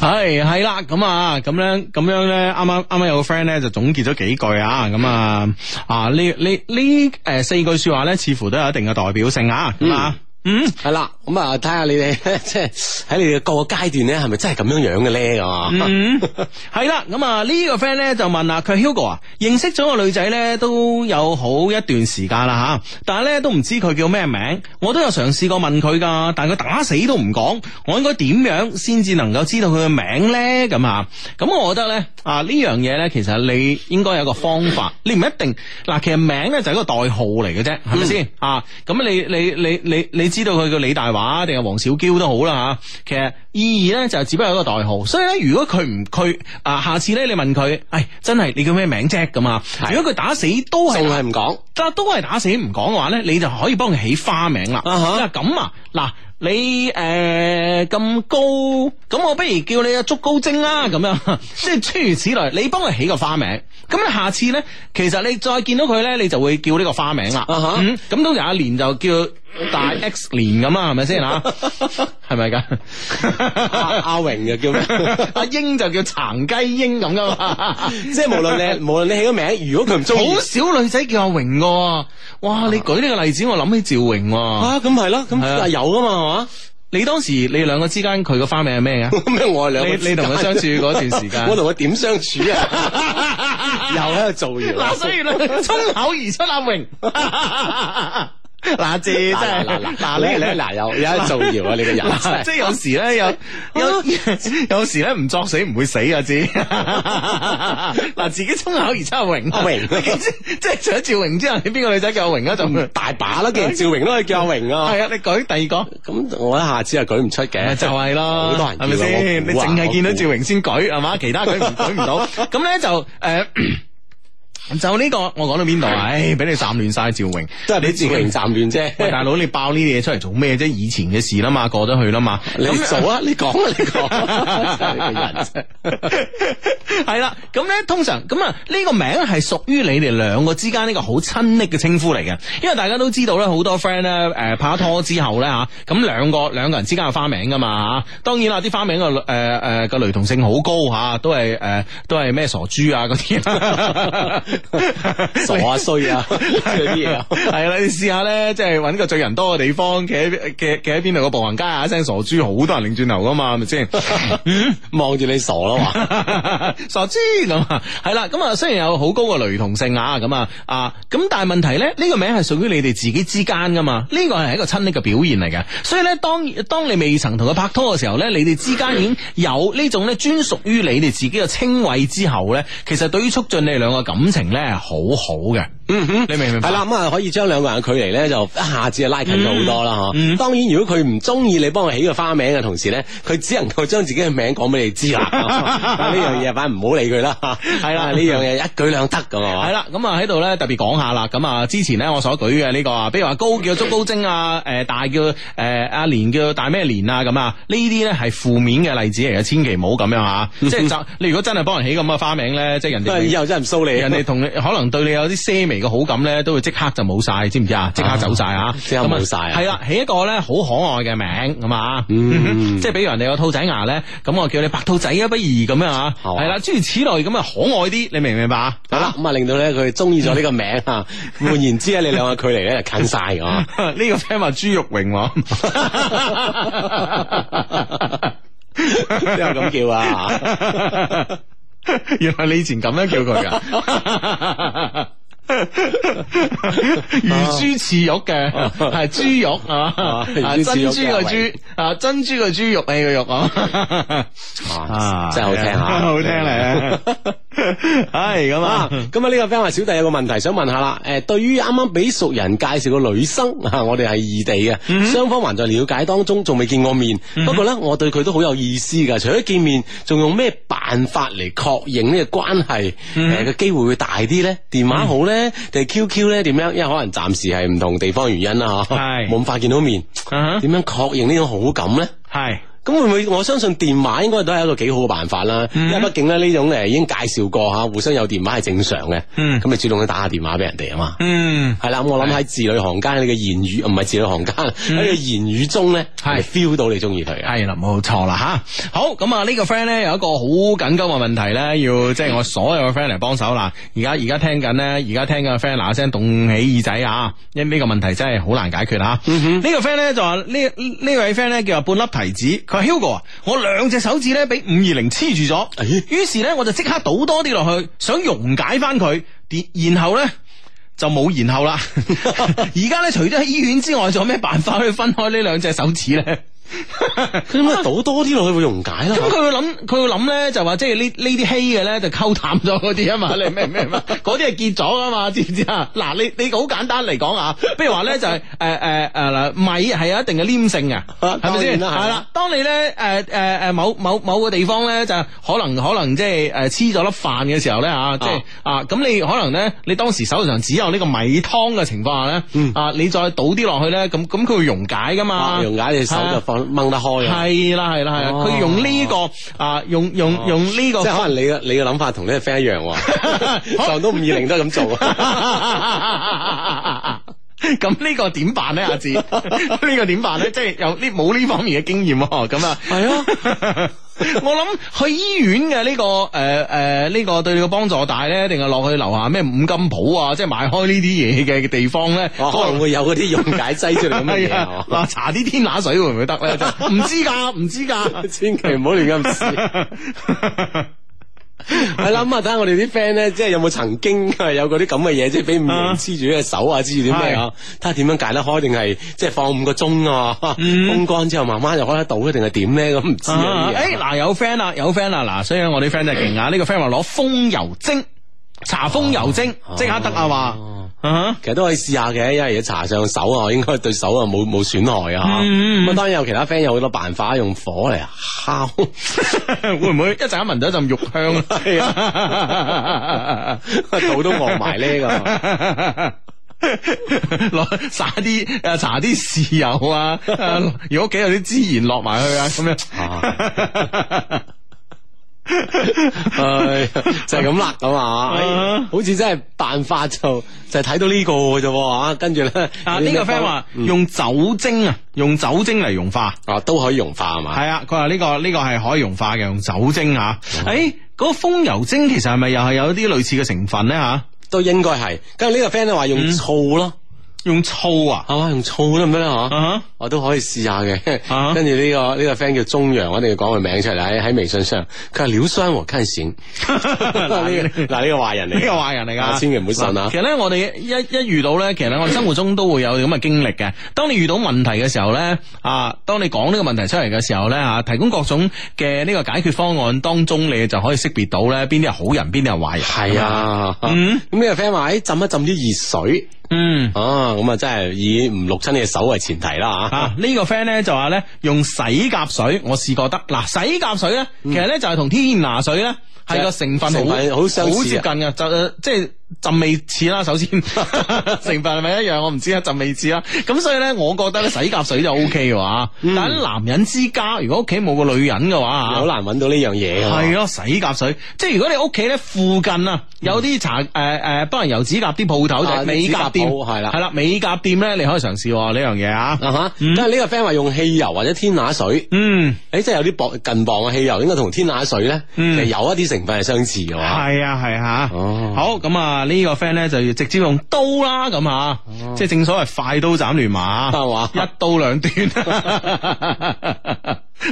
系系啦，咁啊，咁樣咁樣咧，啱啱啱啱有個 friend 咧就總結咗幾句啊，咁啊啊呢呢呢诶四句说話咧，似乎都有一定嘅代表性啊，咁啊，嗯，
系啦，咁啊，睇下你哋即系喺你哋各個階段咧，係咪真係咁樣樣嘅咧？啊，
嗯，系啦，咁啊呢個 friend 咧就問啊，佢 Hugo 啊，認識咗個女仔咧都有好一段時間啦吓，但係咧都唔知佢叫咩名，我都有嘗試過問佢噶，但係佢打死都唔講，我應該點樣先至能夠知道佢嘅名咧？咁啊，咁我覺得咧啊呢樣嘢咧，其實你應該有個方法，你唔一定嗱，其實名咧就係一個代號嚟嘅啫，係咪先啊？咁你你你你你知道佢叫李大華定係黃小嬌都好啦啊吓，其實意義咧就係只不過係一個代號，所以咧如果佢唔佢啊，下次咧你問佢，唉，真係你叫咩名啫咁啊？如果佢打死都
仲
係
係唔講
打都係打死唔講嘅話咧，你就可以幫佢起花名啦。
啊哈
嗱咁啊，嗱你诶咁、高，咁我不如叫你阿竹高精啦，咁 樣，即係諸如此類。你幫佢起個花名，咁你下次咧，其實你再見到佢咧，你就會叫呢個花名啦。
啊哈
嗯咁通常阿年就叫大 X 年咁啊，係咪先 吓？係咪噶？
阿 阿榮又叫咩？
阿英就叫殘雞英咁噶 嘛。
即係無論你無論你起個名，如果佢唔中意
好，少女仔叫阿榮噶喎，哇！你舉呢個例子，我諗起趙榮喎。
啊啊，咁係咯，咁
係啊
啊有噶嘛，
你當時你兩個之間佢個花名係咩啊嘅？
係嘛？咩我哋兩個
你你同佢相處嗰段時間
我同佢點相處 啊？ 又喺度做
嗱，
完。
所以咧， 衝口而出阿榮。嗱，姐真係
嗱嗱嗱嗱，你你嗱有有喺度造謠啊！你個人真係
即係有時咧，有有
啊
有時咧唔作死唔會死啊！知 嗱，自己衝口而出阿榮，
阿榮嗯
你知 即係除咗趙榮之後，你邊個女仔叫阿榮啊？就係
大把啦，既然趙榮都可以叫阿榮啊，
啊，你舉第二個。
咁我一下子又舉唔出嘅，
咪就係咯，
好多人叫
係咪先？
我
你
估啊
淨係見到
我估
趙榮先舉係嘛，其他舉唔舉唔到。咁咧就誒。呃就呢、個我講到邊度啊？唉，俾你站亂晒趙榮，
都係俾自己站亂啫。
喂，大佬你爆呢啲嘢出嚟做咩啫？以前嘅事啦嘛，過咗去啦嘛。
你做啊！你講啊！ 你講啊，真係你個人真係
係啦，咁咧通常咁啊，呢個名係屬於你哋兩個之間呢個好親昵嘅稱呼嚟嘅，因為大家都知道咧，好多 friend 咧誒拍咗拖之後咧吓，咁兩個兩個人之間有花名噶嘛吓，啊當然啦，啲花名個誒誒個雷同性好高吓，都係誒都係咩傻豬啊嗰啲，
傻啊衰啊，即係啲嘢啊。
係啦，你試下咧，即係揾個最人多嘅地方，企喺企企喺邊度個步行街啊，一聲傻豬，好多人擰轉頭噶嘛，係咪先？
望住你傻啦嘛，
傻豬咁啊，係啦，咁啊，雖然有好高嘅雷同性啊，咁啊啊，咁但係問題咧，呢、個名係屬於你哋自己之間噶嘛，呢個係一個親昵嘅表現嚟嘅，所以咧，當當你未曾同佢拍拖嘅時候咧，你哋之間已經有呢種咧專屬於你哋自己嘅稱謂之後咧，其實對於促進你哋兩個感情咧係好好嘅，嗯哼，你明唔明白？
係啦，咁啊可以將兩個人嘅距離咧就一下子就拉近咗好多啦
嗯
嗬。當然，如果佢唔中意你幫佢起個花名嘅同時咧，佢只能夠將自己嘅名講俾你知 啦。呢樣嘢反正唔好理佢啦。
係
係
啦
呢樣嘢一舉兩得咁啊
系。啦，咁啊喺度咧特別講下啦，咁啊之前咧我所舉嘅呢個啊，比如話高叫竹高精啊，诶、大叫诶阿蓮叫大咩蓮啊咁啊，呢啲咧係負面嘅例子嚟嘅，千祈唔好咁樣 啊！即係就你如果真係幫人起咁嘅花名咧，即係人
因為以
哋。
後真 係唔蘇你，啊
人哋同你可能對你有啲些微嘅好感咧，都會即刻就冇晒，知唔知啊？即刻走晒啊！
即刻冇晒啊
係啦，起一個咧好可愛嘅名咁啊，
嗯
即係比如人哋個兔仔牙咧，咁我叫你白兔仔啊，不如咁樣啊，
係嘛
係啦，諸如此類咁啊，可愛啲，你明唔明白啊？
啊咁啊令到咧佢中意咗呢個名 啊。換言之咧，你兩個距離咧就近晒㗎啊。
呢個 friend 話朱玉榮喎。
邊有咁叫啊？
原來你以前咁樣叫 佢
啊
噶，如珠似玉嘅係豬肉啊，
如
啊珍
珠似玉
珠個
嘅
珠啊，珍珠個豬肉你個肉啊，
啊真係好聽啊！
好聽 咧，係咁
啊
啊，，
咁啊呢個 friend 話小弟有個問題想問下啦，誒、對於啱啱俾熟人介紹個女生 啊，我哋係異地嘅，
嗯
雙方還在了解當中，仲未見過面。不過咧，我對佢都好有意思㗎，除咗見面，仲用咩辦法嚟確認呢個關係？誒嘅、
嗯
機會會大啲咧？電話好咧，定係 QQ 咧？點樣？因為可能暫時係唔同地方原因啦，嚇，
係
冇咁快見到面，
啊
點樣確認呢種好感咧？
哈係。
咁會唔會？我相信電話應該都係一個幾好嘅辦法啦，
嗯
因為畢竟咧呢種誒已經介紹過嚇，互相有電話係正常嘅。
嗯
咁你主動去打下電話俾人哋啊嘛。
嗯，
係啦，咁我諗喺字裏行間，你嘅言語唔係字裏行間， 喺你嘅言語中咧，
係
係 feel 到你中意佢啊嘅。
系啦，冇錯啦吓。好咁啊，呢個 friend 咧有一個好緊急嘅問題咧，要即係我所有嘅 friend 嚟幫手啦。而家而家聽緊咧，而家聽緊嘅 friend 嗱嗱聲動起耳仔啊，因為呢個問題真係好難解決啊。呢個 friend 咧就話呢呢位 friend 咧叫做半粒提子，佢話 Hugo 啊，我兩隻手指咧俾五二零黐住咗
咦，
於是咧我就即刻倒多啲落去，想溶解翻佢，然然後咧。就冇然後啦。而家咧，除咗喺醫院之外，仲有咩辦法可以分開呢兩隻手指咧？
佢點解啊倒多啲落去會溶解啦
咁？啊佢會諗，佢會諗咧，就話即係呢呢啲稀嘅咧，就溝淡咗嗰啲啊嘛， 你咩咩咩，嗰啲係結咗啊嘛，知 唔知啊？嗱，你你好簡單嚟講啊，譬如話咧 就係誒誒誒嗱，米係有一定嘅黏性嘅，係咪先？
當然啦係
係啦，啊當你咧誒誒誒某某某個地方咧就可能可能即係誒黐咗粒飯嘅時候咧啊，即係啊咁你可能咧你當時手頭上只有呢個米湯嘅情況下咧，啊你再倒啲落去咧，咁咁佢會溶解噶嘛
啊，溶解你手
係
就
啊
放掹得開啊！
系啦系啦系啦，
哦
佢用呢個啊，用用用呢個
即係可能你嘅你嘅諗法同呢個 friend 一樣喎，撞到五二零都係咁做啊！
咁呢個點辦咧？阿 志，呢個點辦咧？即係有呢冇呢方面嘅經驗喎，咁啊，
係啊。
我諗去醫院嘅呢、個诶诶呢個對你嘅幫助大咧，定係落去樓下咩五金鋪啊，即係賣開呢啲嘢嘅地方咧，
哦可能會有嗰啲溶解劑出嚟咁嘅
係
嘢啊
啊，！嗱，搽啲天拿水會唔會得咧？真係唔知㗎，唔知㗎。
千祈唔好亂咁試。係啦，咁啊，睇下我哋啲 friend 咧，即係有冇曾經係有嗰啲咁嘅嘢，即係俾五
啊
人黐住隻手啊，黐住啲咩啊？睇下點樣解得開，定係即係放五個鐘啊？風乾之後慢慢就開得到，定係點咧？咁唔知啊
嗯啊！
呢啲
誒
嘢。
嗱，有 friend 啦，有 friend 啦，嗱，所以我啊啲 friend 真係勁啊！呢個 friend 話攞風油精，搽風油精
哦
即刻得啊話。啊
其實都可以試下嘅，因為而家搽上手啊，應該對手啊冇冇損害啊吓。
嗯
咁啊，當然有其他 friend 有好多辦法用火嚟 烤，
哈 會唔會一陣間聞到一陣肉香？
係啊肚都餓埋呢啊 個。
攞撒啲诶，搽啲豉油啊，啊如果屋企有啲孜然落埋去啊， 咁樣。
唉，哎就係咁啦，咁啊，唉好似真係辦法就就係睇到呢個嘅啫喎，啊，跟住咧
啊，呢個 friend 話用酒精啊，用酒精嚟溶化。
嗯啊都可以融化係嘛，
係啊，佢話呢個呢、個係可以溶化嘅，用酒精吓。诶、嗰、個風油精其實係咪又係有啲類似嘅成分咧吓、
都應該係。跟住呢個 friend 咧
嗯
話用醋咯，
用醋啊，
係嘛，用醋得唔得咧吓？
啊
我都可以試下嘅
啊，
跟住呢個呢個 friend 叫中陽，我哋要講佢名出嚟喺喺微信上，佢話硫酸和 看閃，嗱呢個嗱呢個壞人嚟，
呢個壞人嚟噶，
啊千祈唔好信啊
其實咧，我哋一一遇到咧，其實咧，我哋生活中都會有咁嘅經歷嘅。當你遇到問題嘅時候咧，啊，當你講呢個問題出嚟嘅時候咧，啊，提供各種嘅呢個解決方案當中，你就可以識別到咧邊啲係好人，邊啲係壞人。
係，啊，咁
嗯
呢個 friend 話誒浸一浸啲熱水，
嗯。
啊咁啊真係以唔淥親你嘅手為前提啦吓。
啊！呢、個 friend 咧就話咧用洗甲水，我試過得嗱，洗甲水咧其實咧就係同天拿水咧係個成分
嗯成分
好
好相似啊
好接近嘅，就呃即係浸味似啦。 首先成分係咪一樣，我唔知啊，浸味似啦。咁所以咧，我覺得咧洗甲水就 O K 嘅話，
嗯
但係男人之家如果屋企冇個女人嘅話，
好難揾到呢樣嘢㗎嘛
系咯，洗甲水，即系如果你屋企咧附近啊有啲茶诶诶幫人油指甲啲鋪頭，就
嗯啊
係美甲店
指甲鋪係啦
系啦，美甲店咧你可以嘗試喎呢樣嘢啊，
啊哈，但係呢個 friend 話用汽油或者天拿水，
嗯。
誒即係有啲薄近磅嘅汽油，應該同天拿水咧，其
嗯
實有一啲成分係相似嘅喎。
系啊，係啊，
哦
好咁啊，呢個 friend 咧就要直接用刀啦，咁啊，
哦
即係正所謂快刀斬亂 麻，
係嘛
一刀兩 斷，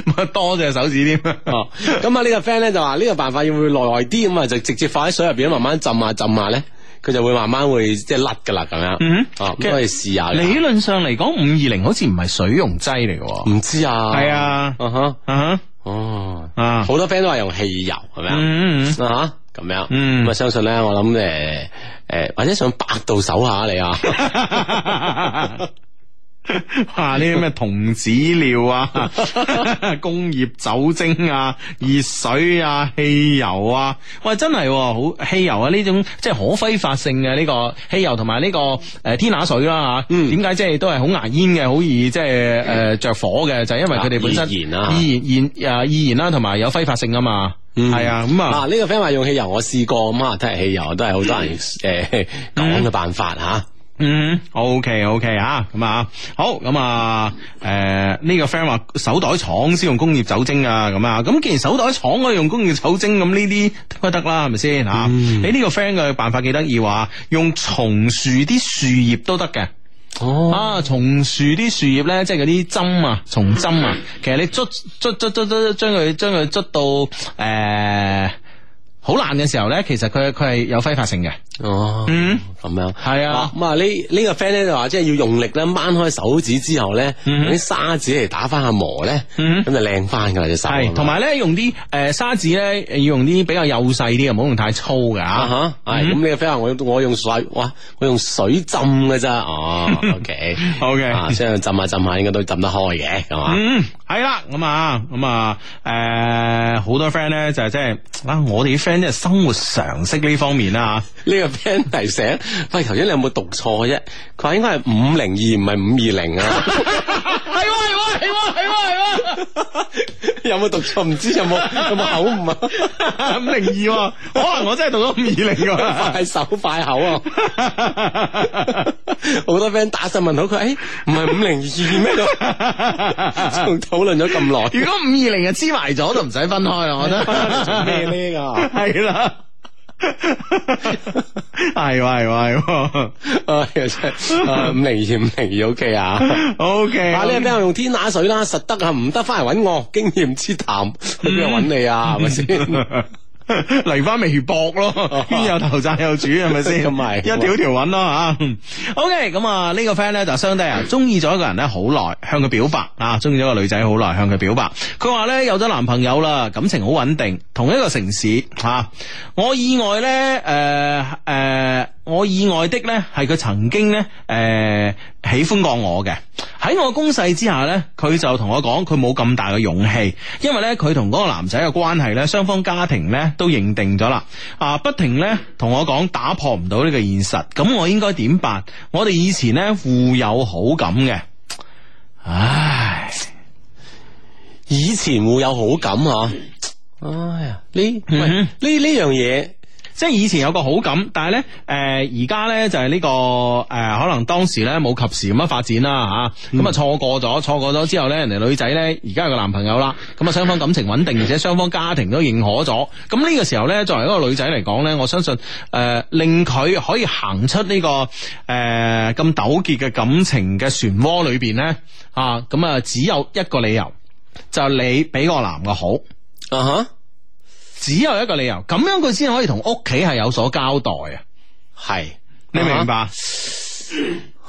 咪多隻手指添。
哦，咁啊呢個 friend 咧就話呢個辦法要會耐啲，咁啊就直接放喺水入邊慢慢浸下浸下咧，佢就會慢慢會即係甩噶啦咁樣。
嗯
哦，
其實
咁可以試下
理
嘅。
論上嚟講，五二零好似唔係水溶劑嚟嘅，
唔知啊。
係。啊，
啊哈，
啊
哦，
哈啊，
好多 friend 都話用汽油係咪啊？
嗯嗯
啊哈，咁樣。
嗯
咁啊，相信咧，我諗誒誒，或者上百度搜下 你啊。
嗯。 哇！呢啲咩童子尿啊、 工業酒精啊、熱水啊、汽油啊，喂，真係喎好汽油啊！呢種即係可揮發性嘅呢、個汽油同埋呢個誒、呃天拿水啦、嚇，
嗯
點解即係都係好牙煙嘅，好易即係誒着火嘅，就係、因為佢哋本身
啊易燃啊
易燃啊易燃啦，同埋有揮發性啊嘛，係、
嗯
啊，咁啊
啊！呢個 friend 話用汽油，我試過咁啊，睇嚟汽油都係好多人誒講嘅辦法嚇。
嗯，OK OK 啊，咁啊，好咁啊，誒、呢、個 friend 話手袋廠先用工業酒精啊，咁啊，咁既然手袋廠可以用工業酒精，咁呢啲都得啦，係咪先啊？你呢個 friend 嘅辦法幾得意話，用松樹啲樹葉都得嘅。
哦，
啊，松樹啲樹葉咧，即係嗰啲針啊，松針啊，其實你捽捽捽捽捽，將佢將佢捽到誒。好爛嘅時候咧，其實佢佢係有揮發性嘅。
哦，
嗯，
咁樣
係啊
咁啊呢呢個 friend 咧就話，即係要用力咧掹開手指之後咧，用啲砂紙嚟打翻下磨咧，
嗯
咁就靚翻㗎啦隻手。
系，同埋咧用啲呃诶砂紙咧，要用啲比較幼細啲嘅，唔好用太粗噶
啊
吓。
哈，係咁呢個 friend 話我用我用水，哇，我用水浸㗎咋。 哦，OK
OK
啊，即係浸下浸下應該都浸得開嘅，係嘛？
嗯，係啦，咁啊，咁啊，诶，好多 friend 咧就係即係啊，我哋啲 friend 即係生活常識呢方面啊啦
呢個 friend 提醒，喂，頭先你有冇讀錯啫？佢話應該係五零二，唔係五二 零啊。
吓。係喎，係喎，係喎，係喎，
有冇讀錯？唔知有冇有冇口誤啊？
五零二，可能我真係讀咗五二零噶。
快手快口啊！好多 friend 打上問好佢，誒哎唔係五零二咩？仲討論咗咁耐，
如果五二零啊黐埋咗，就 唔使分開啊啦，我覺得。
做咩呢 㗎？
啊係 啦。係喎，係喎，係喎。
唉，哎真係啊五零二五零二 OK 啊！
O K，
啊！呢個 friend 用天拿水啦，實得啊，唔得翻嚟揾我，經驗之談， 去邊度揾你啊？係咪先？
嚟翻微博咯，冤有頭債有主，係咪先？
咁咪
一條條揾咯吓。OK，咁啊呢個 friend 咧就相低啊，中意咗一個人咧好耐，向佢表白啊，中意咗個女仔好耐，向佢表白。佢話咧有咗男朋友啦，感情好穩定，同一個城市吓、啊我意外咧誒誒，我呃我意外的咧係佢曾經咧诶、呃喜歡過我嘅。喺我攻勢之下咧，佢就同我講佢冇咁大嘅勇氣，因為咧佢同嗰個男仔嘅關係咧，雙方家庭咧都認定咗啦。啊，不停咧同我講打破唔到呢個現實，咁我應該點辦？我哋以前咧互有好感嘅，唉。
以前會有好感嗬。哎呀，呢喂呢
嗯
呢樣嘢，
即係以前有個好感，但係咧，誒而家咧就係、呢、個誒、呃可能當時咧冇及時咁樣發展啦嚇，咁啊錯過咗，錯過咗之後咧，人哋女仔咧而家有個男朋友啦，咁啊雙方感情穩定，而且雙方家庭都認可咗，咁呢個時候咧，作為一個女仔嚟講咧，我相信誒、呃令佢可以行出呢、個誒咁、糾結嘅感情嘅漩渦裏邊咧，啊咁啊只有一個理由，就係你比個男嘅好。
啊哈。
只有一個理由，咁樣佢先可以同屋企係有所交代啊！
系，
你明唔明白？
系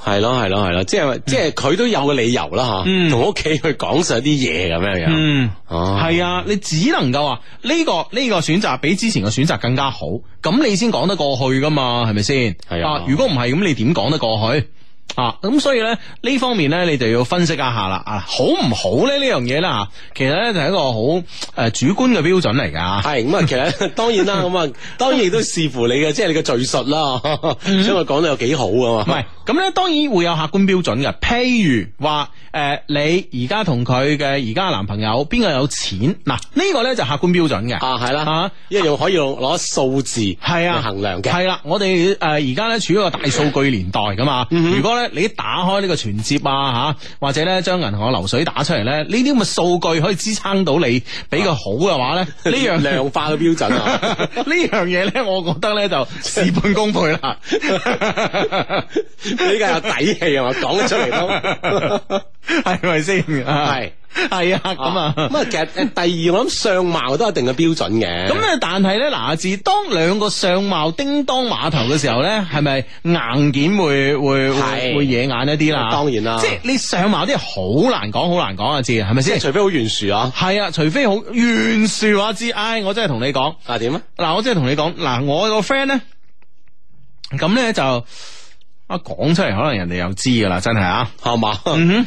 啊咯系咯系咯，即系即系佢都有個理由啦吓，
嗯
同屋企去講上啲嘢咁樣樣。
嗯，
哦
係啊，你只能夠話呢個呢、個選擇比之前嘅選擇更加好，咁你先講得過去噶嘛，係咪先？
係啊
如果唔係，咁你點講得過去？啊，咁所以咧呢方面咧，你就要分析一下啦。啊，好唔好咧呢樣嘢啦？其實咧就係一個好誒、呃主觀嘅標準嚟㗎。
係咁啊，其實當然啦，咁啊，當然亦都視乎你嘅，即係你嘅敘述啦，
嗯
將佢講到有幾好啊
唔
嘛。
係，咁咧當然會有客觀標準嘅，譬如話誒、呃你而家同佢嘅而家男朋友邊個有錢？嗱，呢個咧就客觀標準嘅。
啊，係啦
啊，
一樣可以用攞數字
係啊，
嚟衡量嘅。
係啦，我哋誒而家咧處於一個大數據年代噶嘛。
嗯
如果咧你一打開呢個存摺啊嚇、或者咧將銀行流水打出嚟咧，呢啲咁嘅數據可以支撐到你比較好嘅話咧， 呢樣
量化嘅標準啊，
呢樣嘢咧，我覺得咧 就事半功倍啦。
比較有底氣啊嘛，講得出嚟 都。
系咪先？
係
系啊，咁啊。
咁啊，其實誒第二我諗相貌都有一定嘅標準嘅。
咁啊，但係咧，嗱，阿志，當兩個相貌叮當碼頭嘅時候咧，係咪硬件會會
係
會會惹眼一啲啦？
啊當然啦
即係你相貌啲好難講，好難講，阿志，係咪
即係
先？
除非好懸殊啊，
係啊，除非好懸殊，阿志，唉，我真係同你講，
啊點啊？
嗱，我真係同你講，嗱，我個 friend 咧，咁咧就啊講出嚟，可能人哋又知噶啦，真係啊。
係嘛？咁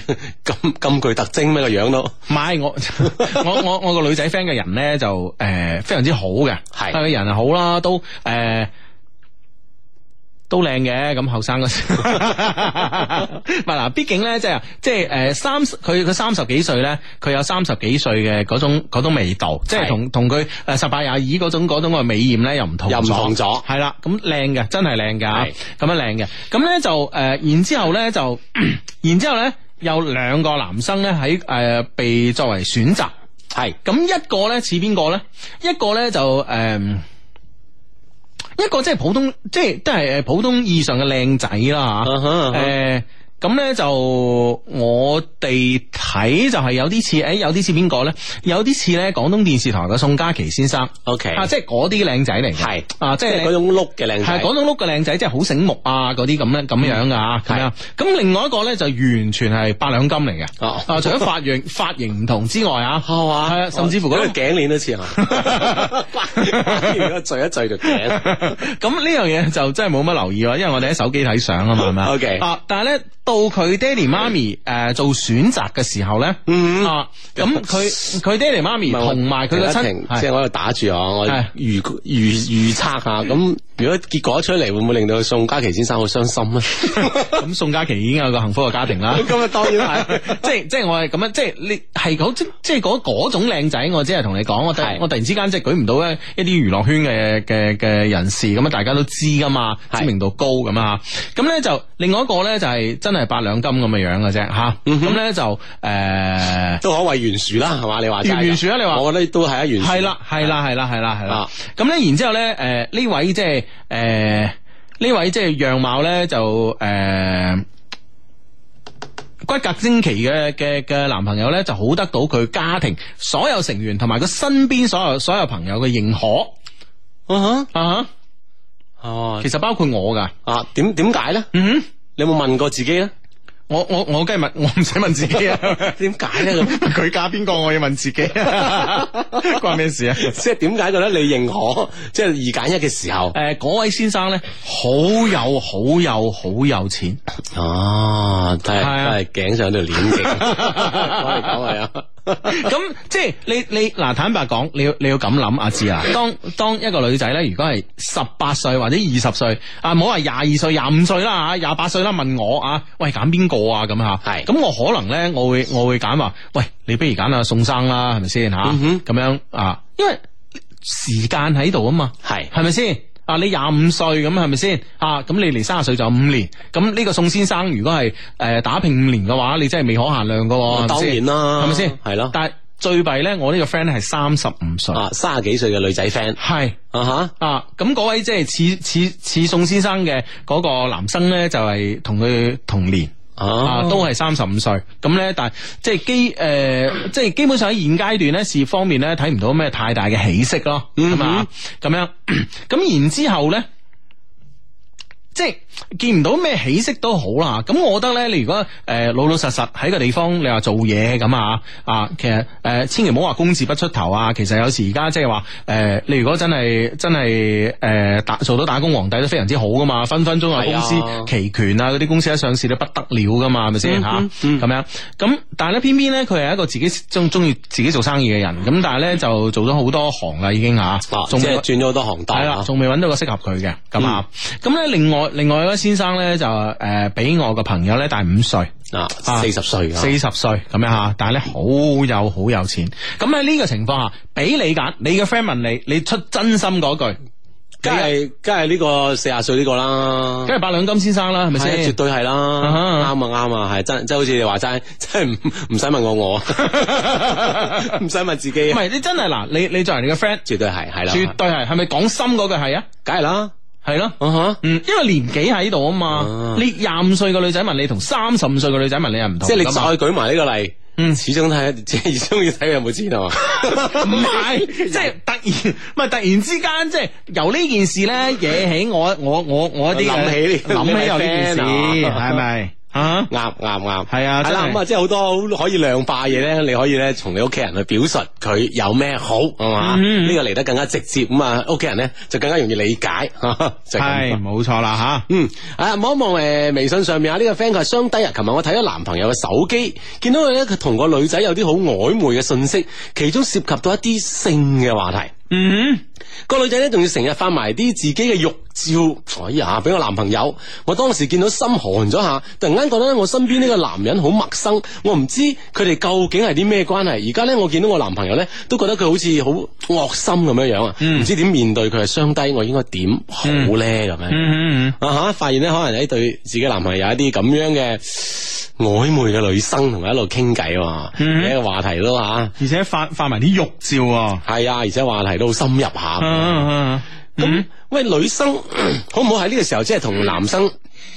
咁具特徵咩個樣都？
唔係我 我我我個女仔 friend 嘅人咧就诶、呃非常之好嘅，
係
佢人係好啦，都诶、呃都靚嘅，咁後生嗰時， 唔係嗱，畢竟咧即係即係诶三十佢佢三十幾歲咧，佢有三十幾歲嘅嗰種嗰種味道，即係
係
同同佢诶十八廿二嗰種嗰種嘅美豔咧又唔同咗，
又唔同咗
係啦，咁靚嘅真係靚㗎
係，
咁樣啊靚嘅，咁咧就诶、呃然之後咧就， 然之後咧有兩個男生咧喺诶被作為選擇，
係
咁一個咧似邊個咧？一個咧就诶。呃一個即係普通，即係都係诶普通意義上嘅靚仔啦
啊哈啊
吓，
哈
诶咁咧就我哋睇就係有啲似诶，有啲似邊個咧？有啲似咧廣東電視台嘅宋嘉琪先生
OK，
啊，即係嗰啲靚仔嚟嘅，
係
啊，即
即係
係
嗰種碌嘅靚
系
仔
嗰。種碌嘅靚仔，即係好醒目啊！嗰啲咁咧咁樣
嗯
噶咁樣。咁另外一個咧就完全係八兩金 嚟嘅。
哦
啊，除咗髮型髮型唔同之外啊，
係嘛哦
係啊，甚至乎嗰
個
種 嗯
頸鏈都似啊， 而家聚一聚條頸，
咁呢樣嘢就真係冇乜留意喎，因為我哋喺手機睇相啊嘛，係咪
OK
啊，但係咧到佢爹哋媽咪誒做選擇嘅時候咧，
嗯
啊，咁佢佢爹哋媽咪同埋佢個
嘅
親係
即係我喺度打住啊，我
係
預預預測下，咁如果結果出嚟，會唔會令到宋嘉琪先生好傷心啊 咧？
咁宋嘉琪已經有個幸福嘅家庭啦。
咁啊，當然係，
即係即係我係咁樣，即係你係嗰即即係嗰嗰種靚仔，我只係同你講，我突
係
我突然之間即係舉唔到一啲娛樂圈嘅嘅嘅人士，咁啊大家都知噶嘛，
係
知名度高咁啊，咁咧就另外一個咧就係、真係八兩金咁嘅樣嘅啫吓，
嗯
咁咧、就誒。呃
都可謂懸殊啦，係嘛？你話齋㗎
懸唔懸殊啊你話
我覺得都係一懸殊。
系啦，系啦，系啦，系啦，系啦
啊。
咁咧，然之后咧，诶、呢位即系诶呢位即系样貌咧就诶、呃骨骼精奇嘅嘅嘅男朋友咧，就好得到佢家庭所有成員同埋佢身邊所有所有朋友嘅認可
啊哈，
啊
哦
哦哈！其實包括我噶，
啊，點點解咧？
嗯哼。
你有冇問過自己咧？
我我我梗係問，我 唔使問自己啊。
點解咧？咁
佢嫁邊個，我要問自己， 關咩 事啊？
即係點解覺得你認可？ 即係二揀一嘅時候，
诶，嗰位先生咧，好有好有好有錢，
哦，真係
係啊
真係頸上條鏈嘅， 講嚟講係啊。
咁即係你你嗱，坦白講，你要你要咁諗，阿志啊，當當一個女仔咧，如果係十八歲或者二十歲，啊，唔好話廿二歲、廿五歲啦吓，啊廿八歲啦，問我啊，喂，揀邊個啊咁吓，
係
咁我可能咧，我會我會揀話，喂，你不如揀阿宋生啦，係咪先吓？咁、
嗯
樣啊，因為時間喺度啊嘛，
係
係咪先？啊！你廿五歲咁係咪先？啊！咁你離三十歲就五年，咁呢個宋先生如果係誒、呃打拼五年嘅話，你真係未可限量噶喎。
啊當然啦
係咪先？
係咯
但係最弊咧，我呢個 friend 咧係三十五歲，
啊，三十幾歲嘅女仔 friend
係
啊吓，
啊，咁嗰位即係似似似宋先生嘅嗰個男生咧，就係同佢同年。啊，
哦，
都係三十五歲，咁咧，但係即係基诶、即系基本上喺現階段咧，事業方面咧睇唔到咩太大嘅起色咯，
嗯
咁啊、咁樣， 咁然之后咧。即係見唔到咩起色都好啦，咁我覺得咧，你如果誒、呃老老實實喺個地方，你話做嘢咁啊啊，其實誒、呃千祈唔好話工字不出頭啊。其實有時而家即係話誒，你如果真係真係誒、呃打做到打工皇帝都非常之好噶嘛，分分鐘啊
係
公
啊
司期權啊嗰啲公司一上市都不得了噶嘛，係咪先嚇？
嗯
咁樣咁，但係咧偏偏咧佢係一個自己中中意自己做生意嘅人，咁但係咧就做咗好多行啦已經嚇
啊，即
仲未
係轉咗好多行當
系啦，
啊，嗯
仲未揾到個適合佢嘅咁啊。咁咧、另外另外一位先生咧就诶，俾、我個朋友咧大五歲，
啊，四十歲啊
四，十歲咁樣吓，但係咧好有好有錢。咁喺呢個情況下，俾你揀，你嘅 friend 問你，你出真心嗰句，
嗯梗係梗係呢個四十歲呢個啦。
梗係八兩金先生啦，係咪
係啊絕
先？
對係啦，
啊哈
啱啊啱啊，係真，即係好似你話齋， 真係唔唔使問我我， 唔使問自己啊
唔，係你真係嗱，你你作為你嘅 friend，
絕對係啊係啦，
絕對係，係咪講心嗰句係啊？
梗係啦，
係咯。
啊哈。
嗯，因為年紀喺度啊嘛
啊，
你廿五歲嘅女仔問你同三十五歲嘅女仔問你係唔同㗎嘛，
即係你再舉埋呢個例，
啊嗯
始終睇， 即係始終要睇佢有冇錢啊 嘛。
唔係，即係突然，唔係突然之間，即係由呢件事咧惹起我我我我啲
諗起呢
諗起有呢件事，
呢位 friend 啊
係咪啊？
啱啱啱，
係啊
係
真
啦，
係
咁啊，即係好多好可以量化嘅嘢咧，你可以咧從你屋企人去表述佢有咩好，係嘛？
嗯
呢個嚟得更加直接，咁啊，屋企人咧就更加容易理解， 就係咁。
係冇錯啦吓。
嗯，啊望一望誒微信上面啊，呢、個 friend 佢係雙低啊，琴日我睇咗男朋友嘅手機，見到佢咧佢同個女仔有啲好曖昧嘅信息，其中涉及到一啲性嘅話題。
嗯，
個女仔咧仲要成日發埋啲自己嘅肉照，哎呀，俾我男朋友，我當時見到心寒咗下，突然間覺得我身邊呢個男人好陌生，我唔知佢哋究竟係啲咩關係。而家咧我見到我男朋友咧，都覺得佢好似好惡心咁樣樣啊，唔、知點面對佢係雙低，我應該點好咧咁樣。
嗯嗯
啊吓，發現咧可能喺對自己男朋友有一啲咁樣嘅曖昧嘅女生同佢一路傾偈喎，
嗯
呢個話題都吓，
而且發發埋啲肉照啊，
係啊，而且話題都好深入下。
啊
咁喂，女生 可唔可以喺呢個時候即係同男生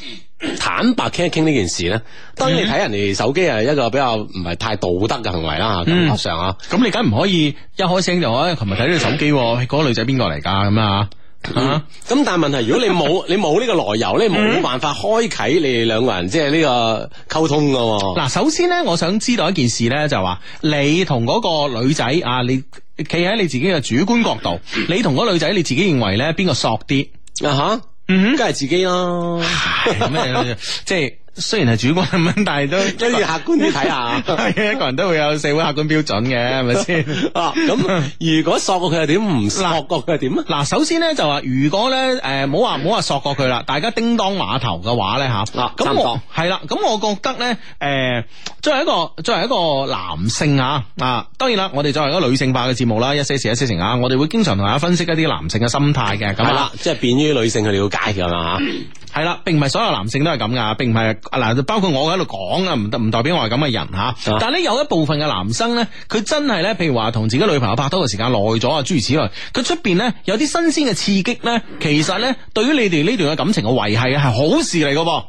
坦白傾一傾呢件事咧？當然你睇人哋手機係一個比較唔係太道德嘅行為啦，感覺上啊，
咁你梗唔可以一開聲就話，哎琴日睇你手機喎，喂嗰個女仔邊個嚟㗎咁啊？啊，
嗯咁但係問題，如果你冇你冇呢個來由咧，你冇辦法開啟你哋兩個人即係呢個溝通噶喎。
嗱，首先咧，我想知道一件事咧，就係話你同嗰個女仔啊，你企喺你自己嘅主觀角度，你同嗰個女仔你自己認為咧邊個索啲？
啊
嗯
吓，梗係自己啦。
咩？ 即係雖然係主觀咁樣，但係都
跟住客觀啲睇下。
係一個人都會有社會客觀標準嘅，係咪先？
啊，咁如果索過佢又點，唔索過佢又點啊？
嗱，首先咧就話，如果咧誒，唔好話唔好話索過佢啦，大家叮當碼頭嘅話咧嚇，
啊
咁
差唔
我
多
係啦，咁我覺得咧誒、作為一個作為一個男性啊啊，當然啦，我哋作為一個女性化嘅節目啦，一些事一些情啊，我哋會經常同大家分析一啲男性嘅心態嘅，咁
係
啊
啦，，即係便於女性去了解啊㗎嘛嚇。
係啦，並唔係所有男性都係咁噶，並唔係嗱，包括我喺度講啊，唔唔代表我係咁嘅人吓。但係咧有一部分嘅男生咧，佢真係咧，譬如話同自己女朋友拍拖嘅時間耐咗啊，諸如此類，佢出邊咧有啲新鮮嘅刺激咧，其實咧對於你哋呢段嘅感情嘅維繫係好事嚟噶噃。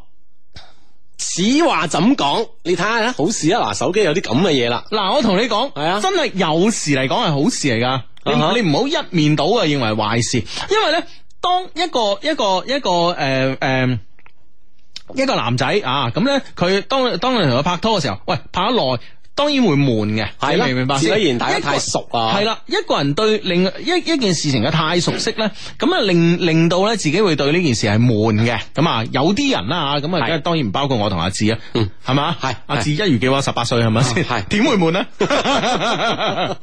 此話怎講？你睇下啦，好事啊！嗱，手機有啲咁嘅嘢啦，
嗱，我同你講，
係啊
真係有時嚟講係好事嚟噶。你
啊哈
你唔好一面倒啊，認為壞事，因為咧，當一個一個一個誒誒。呃一個男仔啊，咁咧佢當當你同佢拍拖嘅時候，喂拍得耐。當然會悶嘅，
係
你
啦
明唔明白
自
先？
然大家
一個
太熟啊
係啦，一個人對另一一件事情嘅太熟悉咧，咁啊令令到咧自己會對呢件事係悶嘅。咁啊，有啲人啦嚇，咁啊，
係
當然唔包括我同阿志啊，
嗯
係嘛？
係
阿
係哦
志一如既往十八歲係咪先？
係
點會悶啊呢？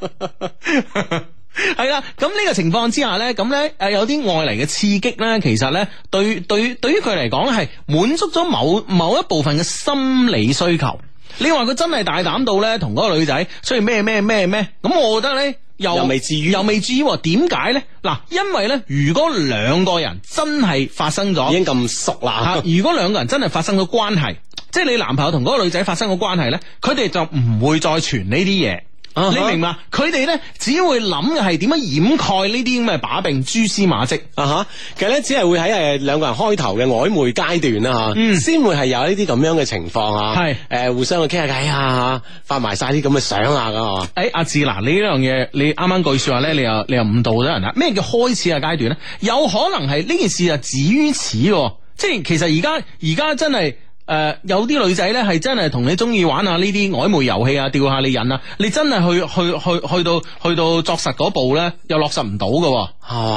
係啦，咁呢個情況之下咧，咁咧誒有啲外嚟嘅刺激咧，其實咧對對對於佢嚟講咧係滿足咗某某一部分嘅心理需求。你話佢真係大膽到咧，同嗰個女仔出現咩咩咩咩？咁我覺得咧又
又未至於
又未至於喎。點解咧？嗱，因為咧，如果兩個人真係發生咗
已經咁熟
吓
啦，，
如果兩個人真係發生咗關係，即係你男朋友同嗰個女仔發生咗關係咧，佢哋就唔會再傳呢啲嘢。
啊哈
你明嘛？佢哋咧只會諗嘅係點樣掩蓋呢啲咁嘅把柄、蛛絲馬跡。
啊哈，其實咧只係會喺誒兩個人開頭嘅曖昧階段啦
嗯
嚇，先會係有呢啲咁樣嘅情況啊，
係
誒互相去傾下偈啊，發埋晒啲咁嘅相啊咁啊，
誒，哎阿志嗱，你呢樣嘢，你啱啱句說話咧，你又你又誤導咗人啦。咩叫開始嘅階段咧？有可能係呢件事就止於此喎，即係其實而家而家真係。誒、有啲女仔咧係真係同你中意玩啊下呢啲曖昧遊戲啊，吊下你癮啊，你真係去去去去到去到作實嗰步咧，又落實唔到嘅喎。
啊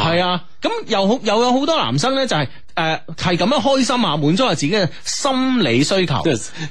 係啊，咁又好又有好多男生咧就係誒係咁樣開心啊，滿足下自己嘅心理需求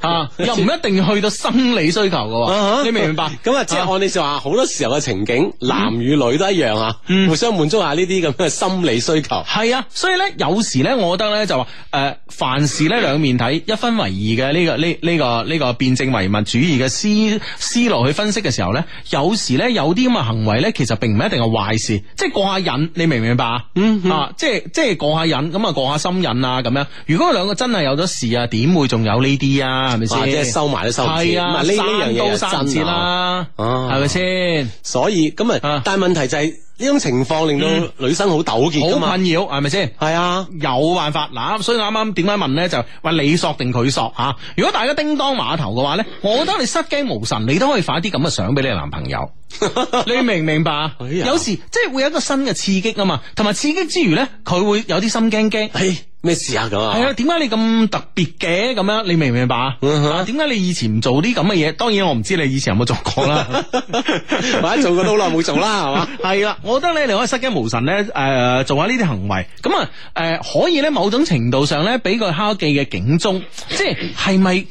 啊，又唔一定要去到生理需求嘅喎、
啊哈
你明唔明白？
咁啊，即係按你就話，好多時候嘅情景，
嗯
男與女都一樣啊，互相滿足下呢啲咁嘅心理需求。
系啊，所以咧有時咧，我覺得咧就話诶、呃凡事咧兩面睇，一分為二嘅呢、個呢呢、個呢、個辯證唯物主義嘅思思路去分析嘅時候咧，有時咧有啲咁嘅行為咧，其實並唔一定係壞事，即係過下癮，你明唔明白啊？嗯啊，即係即系过下癮，咁啊過下心癮啊咁樣。如果兩個真係有咗事啊，點會仲有呢啲啊？係咪
啊，即係
先？
收埋都收唔
係
切，咁
啊，
呢呢樣
生
嘢
都
就
生唔切
真啊。
啦，
啊
係咪先？
所以咁啊
啊，嗯
但係問題就係呢種情況令到女生好糾結噶
好
嘛
困。擾，係咪先？
係啊，
有辦法嗱，所以啱啱點解問咧就話你索定佢索啊？如果大家叮當碼頭嘅話咧，我覺得你失驚無神，你都可以發啲咁嘅相俾你男朋 友，你明唔明白啊？
哎呀
有時即係會有一個新嘅刺激啊嘛，同埋刺激之餘咧，佢會有啲心驚驚。
誒咩事啊咁啊？
係啊，點解你咁特別嘅咁樣？你明唔明白啊？
嗯哼
啊點解你以前唔做啲咁嘅嘢？當然我唔知你以前有冇做過 啦。
或者做過都好耐冇做啦，係嘛？
系啦，我覺得咧，你可以失驚無神咧，诶、做下呢啲行為，咁啊，诶、可以咧，某種程度上咧，俾佢敲記嘅警鐘，即係係咪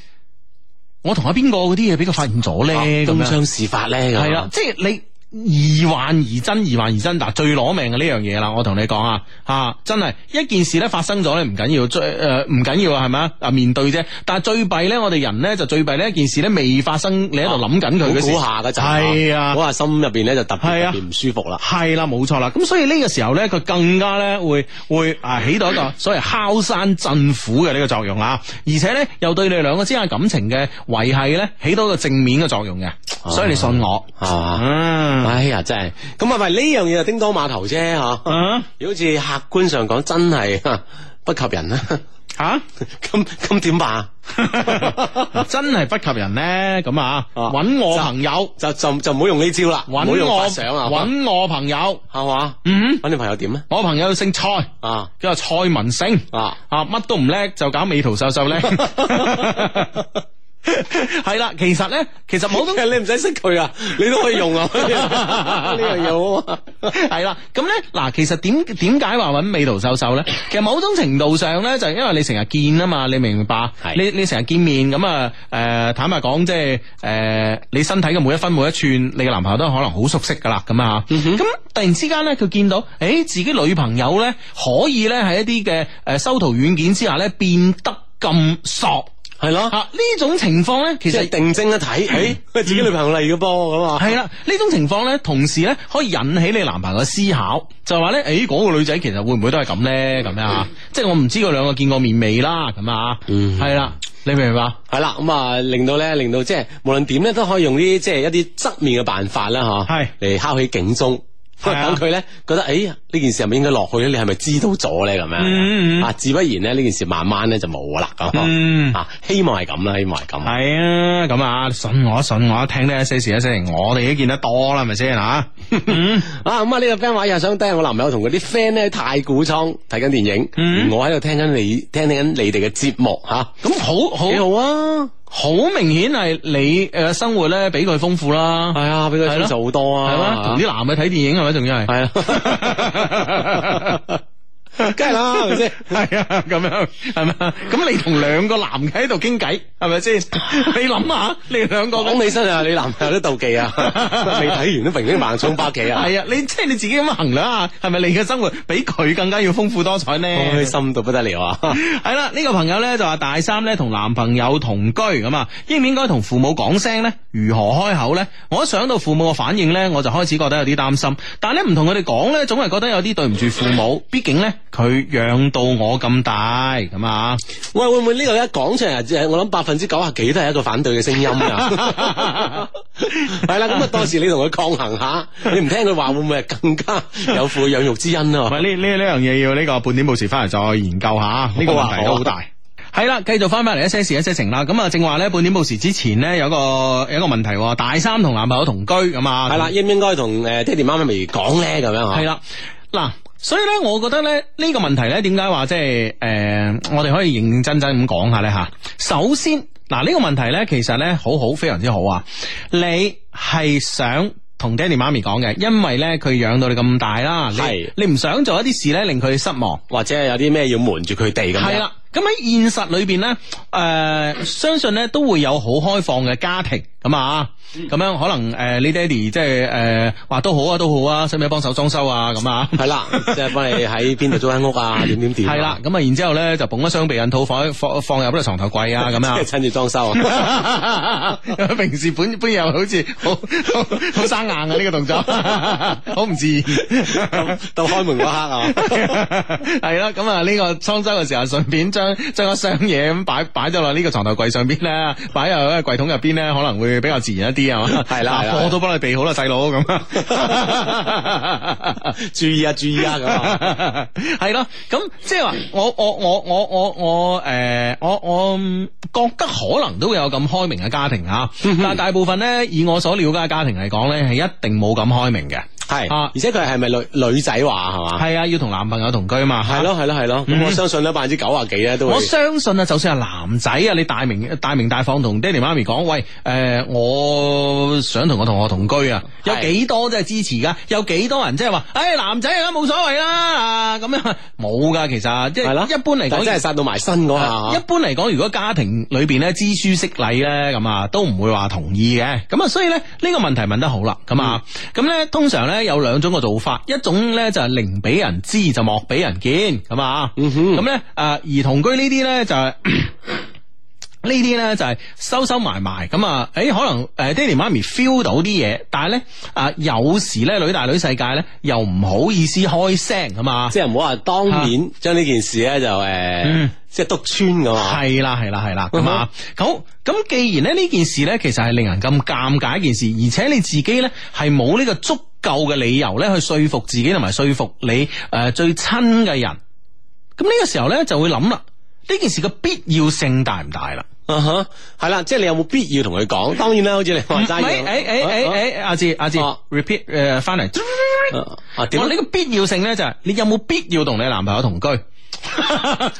我同阿邊個嗰啲嘢俾佢發現咗咧？咁
東
樣
窗啊事發啊咧，
係啦，，即係你疑幻疑真，疑幻疑真，嗱，最攞命嘅呢樣嘢啦，我同你講啊，吓，真係一件事咧發生咗咧唔緊要，最诶唔緊要啊，係咪啊？啊面對啫，但係最弊咧，我哋人咧就最弊呢一件事咧未發生，你喺度諗緊佢嘅
估
時
估下嗰陣，
係啊
估下心入邊咧就特別
係啊
特別唔舒服啦。
系啦，冇錯啦。咁所以呢個時候咧，佢更加咧會會啊起到一個所謂敲山震虎嘅呢個作用啦。而且咧又對你哋兩個之間感情嘅維係咧起到一個正面嘅作用嘅。
哦
所以你信我，
係嘛？
嗯
哎呀，真係咁啊！咪呢樣嘢就叮當碼頭啫嚇。
啊
如果好似客觀上講，真係 哈不及人啦。
吓，
咁咁點辦啊？
真係不及人咧。咁啊，
啊
揾我朋友，
就就就唔好用呢招啦，唔
揾
好用
我
發相啊，
揾我朋友，
係嘛？
嗯，
揾你朋友點咧？
我朋友姓蔡，
啊
叫做蔡文勝。
啊！
啊，乜都唔叻，就搞美圖秀秀叻。系啦，其實咧，其實冇
冇
種
咁，你唔使識佢啊，你都可以 用啊，呢樣嘢好啊。
係啦，咁咧嗱，其實點點解話揾美圖秀秀咧？其實某種程度上咧，就係因為你成日見啊嘛，你明唔明白？
係
你你成日見面咁啊，誒、坦白講，即係誒、呃你身體嘅每一分每一寸，你嘅男朋友都可能好熟悉噶啦，咁啊，咁、突然之間咧，佢見到，誒、自己女朋友咧可以咧喺一啲嘅誒修圖軟件之下咧變得咁索。
係
啊！
咯，
呢種情況咧，其
即係
實
定睛一 睇，誒，自己女朋友嚟嘅噃咁啊。
係啦，呢種情況咧，同時咧可以引起你男朋友嘅思考，就係話咧，誒嗰個女仔其實會唔會都係咁咧？咁樣啊，即係我唔知佢兩個見過面未啦，咁啊，
嗯
係啦，你明唔明白？
係啦，咁啊，令到咧，令到即係無論點咧，都可以用啲即係一啲側面嘅辦法啦，吓，
係
嚟敲起警鐘。
係啊
等佢咧覺得誒呢件事係咪應該落去咧？你係咪知道咗咧？咁
嗯嗯
樣啊，自不然咧呢件事慢慢咧就冇啦咁
嗯。
啊，希望係咁啦，希望係咁。
系啊，咁啊，信我信我，聽得一些事一些情，我哋都見得多啦，係咪先吓？嗯
啊咁啊！呢個 friend 話又想低我男朋友同佢啲 friend 咧喺太古倉睇緊電影，
嗯
而我喺度聽緊你聽緊你哋嘅節目吓，
咁好好
幾好啊！
好明顯係你诶生活咧比佢豐富啦，
係啊，俾佢
係
聽
咯
就好多
係嘛？
啊，
同啲男嘅睇電影係咪？仲要係
係 啊，梗係啦，係咪先？
系啊，咁样系咪啊？咁你同兩個男嘅喺度傾偈，係咪 先？你諗下，你哋兩個咁
講起身啊，你男朋友都妒忌啊， 未睇完都平平萬重百幾 啊，
係啊，你即係你自己咁衡量下，係咪你嘅生活比佢更加要豐富多彩呢？
開心到不得了啊！
系啦，呢、個朋友咧就話大三咧同男朋友同居咁啊，應唔應該同父母講聲咧？如何開口咧？我一想到父母嘅反應咧，我就開始覺得有啲擔心。但係咧唔同佢哋講咧，總係覺得有啲對唔住父母。畢竟咧佢養到我咁大咁啊，
喂，會唔會呢個一講出嚟啊？即係我諗百分之九啊幾都係一個反對嘅聲 音啊！係啦，咁啊，到時你同佢抗衡下，你唔聽佢話，會唔會係更加有負養育之 恩啊？
喂，呢呢呢樣嘢要呢個半點報時翻嚟再研究下，呢個
好啊
問題都好大。系啦，繼續翻返嚟一些事一些情啦。咁啊，正話咧半點報時之前咧有個有一個問題喎，大三同男朋友同居咁啊，
係啦，應唔應該同誒爹哋媽咪咪講咧？咁樣啊
系
嗬？
啦，嗱。所以咧，我覺得咧呢、呢個問題咧，點解話即係誒，我哋可以認認真真咁講下咧嚇。首先，嗱、呢個問題咧，其實咧好好，非常之好啊！你係想同爹哋媽咪講嘅，因為咧佢養到你咁大啦，你
係
你唔想做一啲事咧令佢失望。
或者係有啲咩要瞞住佢哋咁樣？
係啦，咁喺現實裏邊咧，誒、相信咧都會有好開放嘅家庭咁啊，
嗯
咁樣可能誒、你爹哋即係誒話都好啊，都好啊，使唔使幫手裝修啊咁啊？
係啦，即係幫你喺邊度租間屋 啊？點點
系
點啊？
啦，咁啊，然之后咧就捧一箱避孕套放放放入嗰個床頭櫃 啊，咁
即係 趁住裝修 啊！
啊。 平時本本又好似好好好生硬啊呢、個動作， 好唔自 然。
到開門嗰 刻啊！
係啦，咁啊呢個裝修嘅時候，順便將將嗰箱嘢咁擺擺咗落呢個床頭櫃上邊咧，擺入嗰個櫃桶入邊咧，可能會比較自然一啲啊嘛。
係啦係啦
嗱我都幫你備好啦，細佬啊 咁。
注意啊！注意啊！咁啊！
系咯，咁即系话我我我我我我诶、我我嗯觉得可能都會有咁開明嘅家庭啊，
嗯
但大部分咧以我所了解嘅家庭嚟講咧，係一定冇咁開明嘅。
係，
啊
而且佢係咪女女仔話係嘛？
係啊，要同男朋友同居啊嘛。
係咯係咯係咯，咁我相信咧百分之九啊幾咧都會
我。相信啊，就算係男仔啊，你大明大明大放同爹哋媽咪講，喂，诶、我想同我同學同居啊，有
係
幾多真係支持噶？有幾多人即係話，诶、男仔啊冇所謂啦，啊咁樣冇噶，其實即
係啦
係一般嚟
但
講，
真係殺到埋身嗰
啊一
下，
般嚟講，如果家庭裏邊咧知書識禮咧，咁啊都唔會話同意嘅。咁啊，所以咧呢、呢個問題問得好啦。咁啊，咁咧、通常咧有兩種嘅做法，一種咧就係寧俾人知就莫俾人見，咁啊，咁咧誒而同居呢啲咧就係、 呢啲咧就係收收埋埋咁啊，誒、可能誒、爹哋媽咪 feel 到啲嘢，但係咧啊有時咧女大女世界咧又唔好意思開聲咁啊，
即係唔好話當面將呢件事咧就誒
嗯，
即係督穿啊噶嘛。
系啦，系啦，系啦，咁啊，
嗯
好，咁既然咧呢件事咧，其實係令人咁尷尬一件事，而且你自己咧係冇呢個足夠嘅理由咧去說服自己同埋說服你诶、呃最親嘅人，咁呢個時候咧就會諗啦，呢件事嘅必要性大唔大啦？
啊哈，係啦，即係你有冇必要同佢講？當然啦，好似你話齋
诶诶
嘢。
诶诶
啊
诶，哎阿志阿志
啊
，repeat 诶翻嚟，
啊啊點
我
啊
呢個必要性咧就係你有冇必要同你男朋友 同居？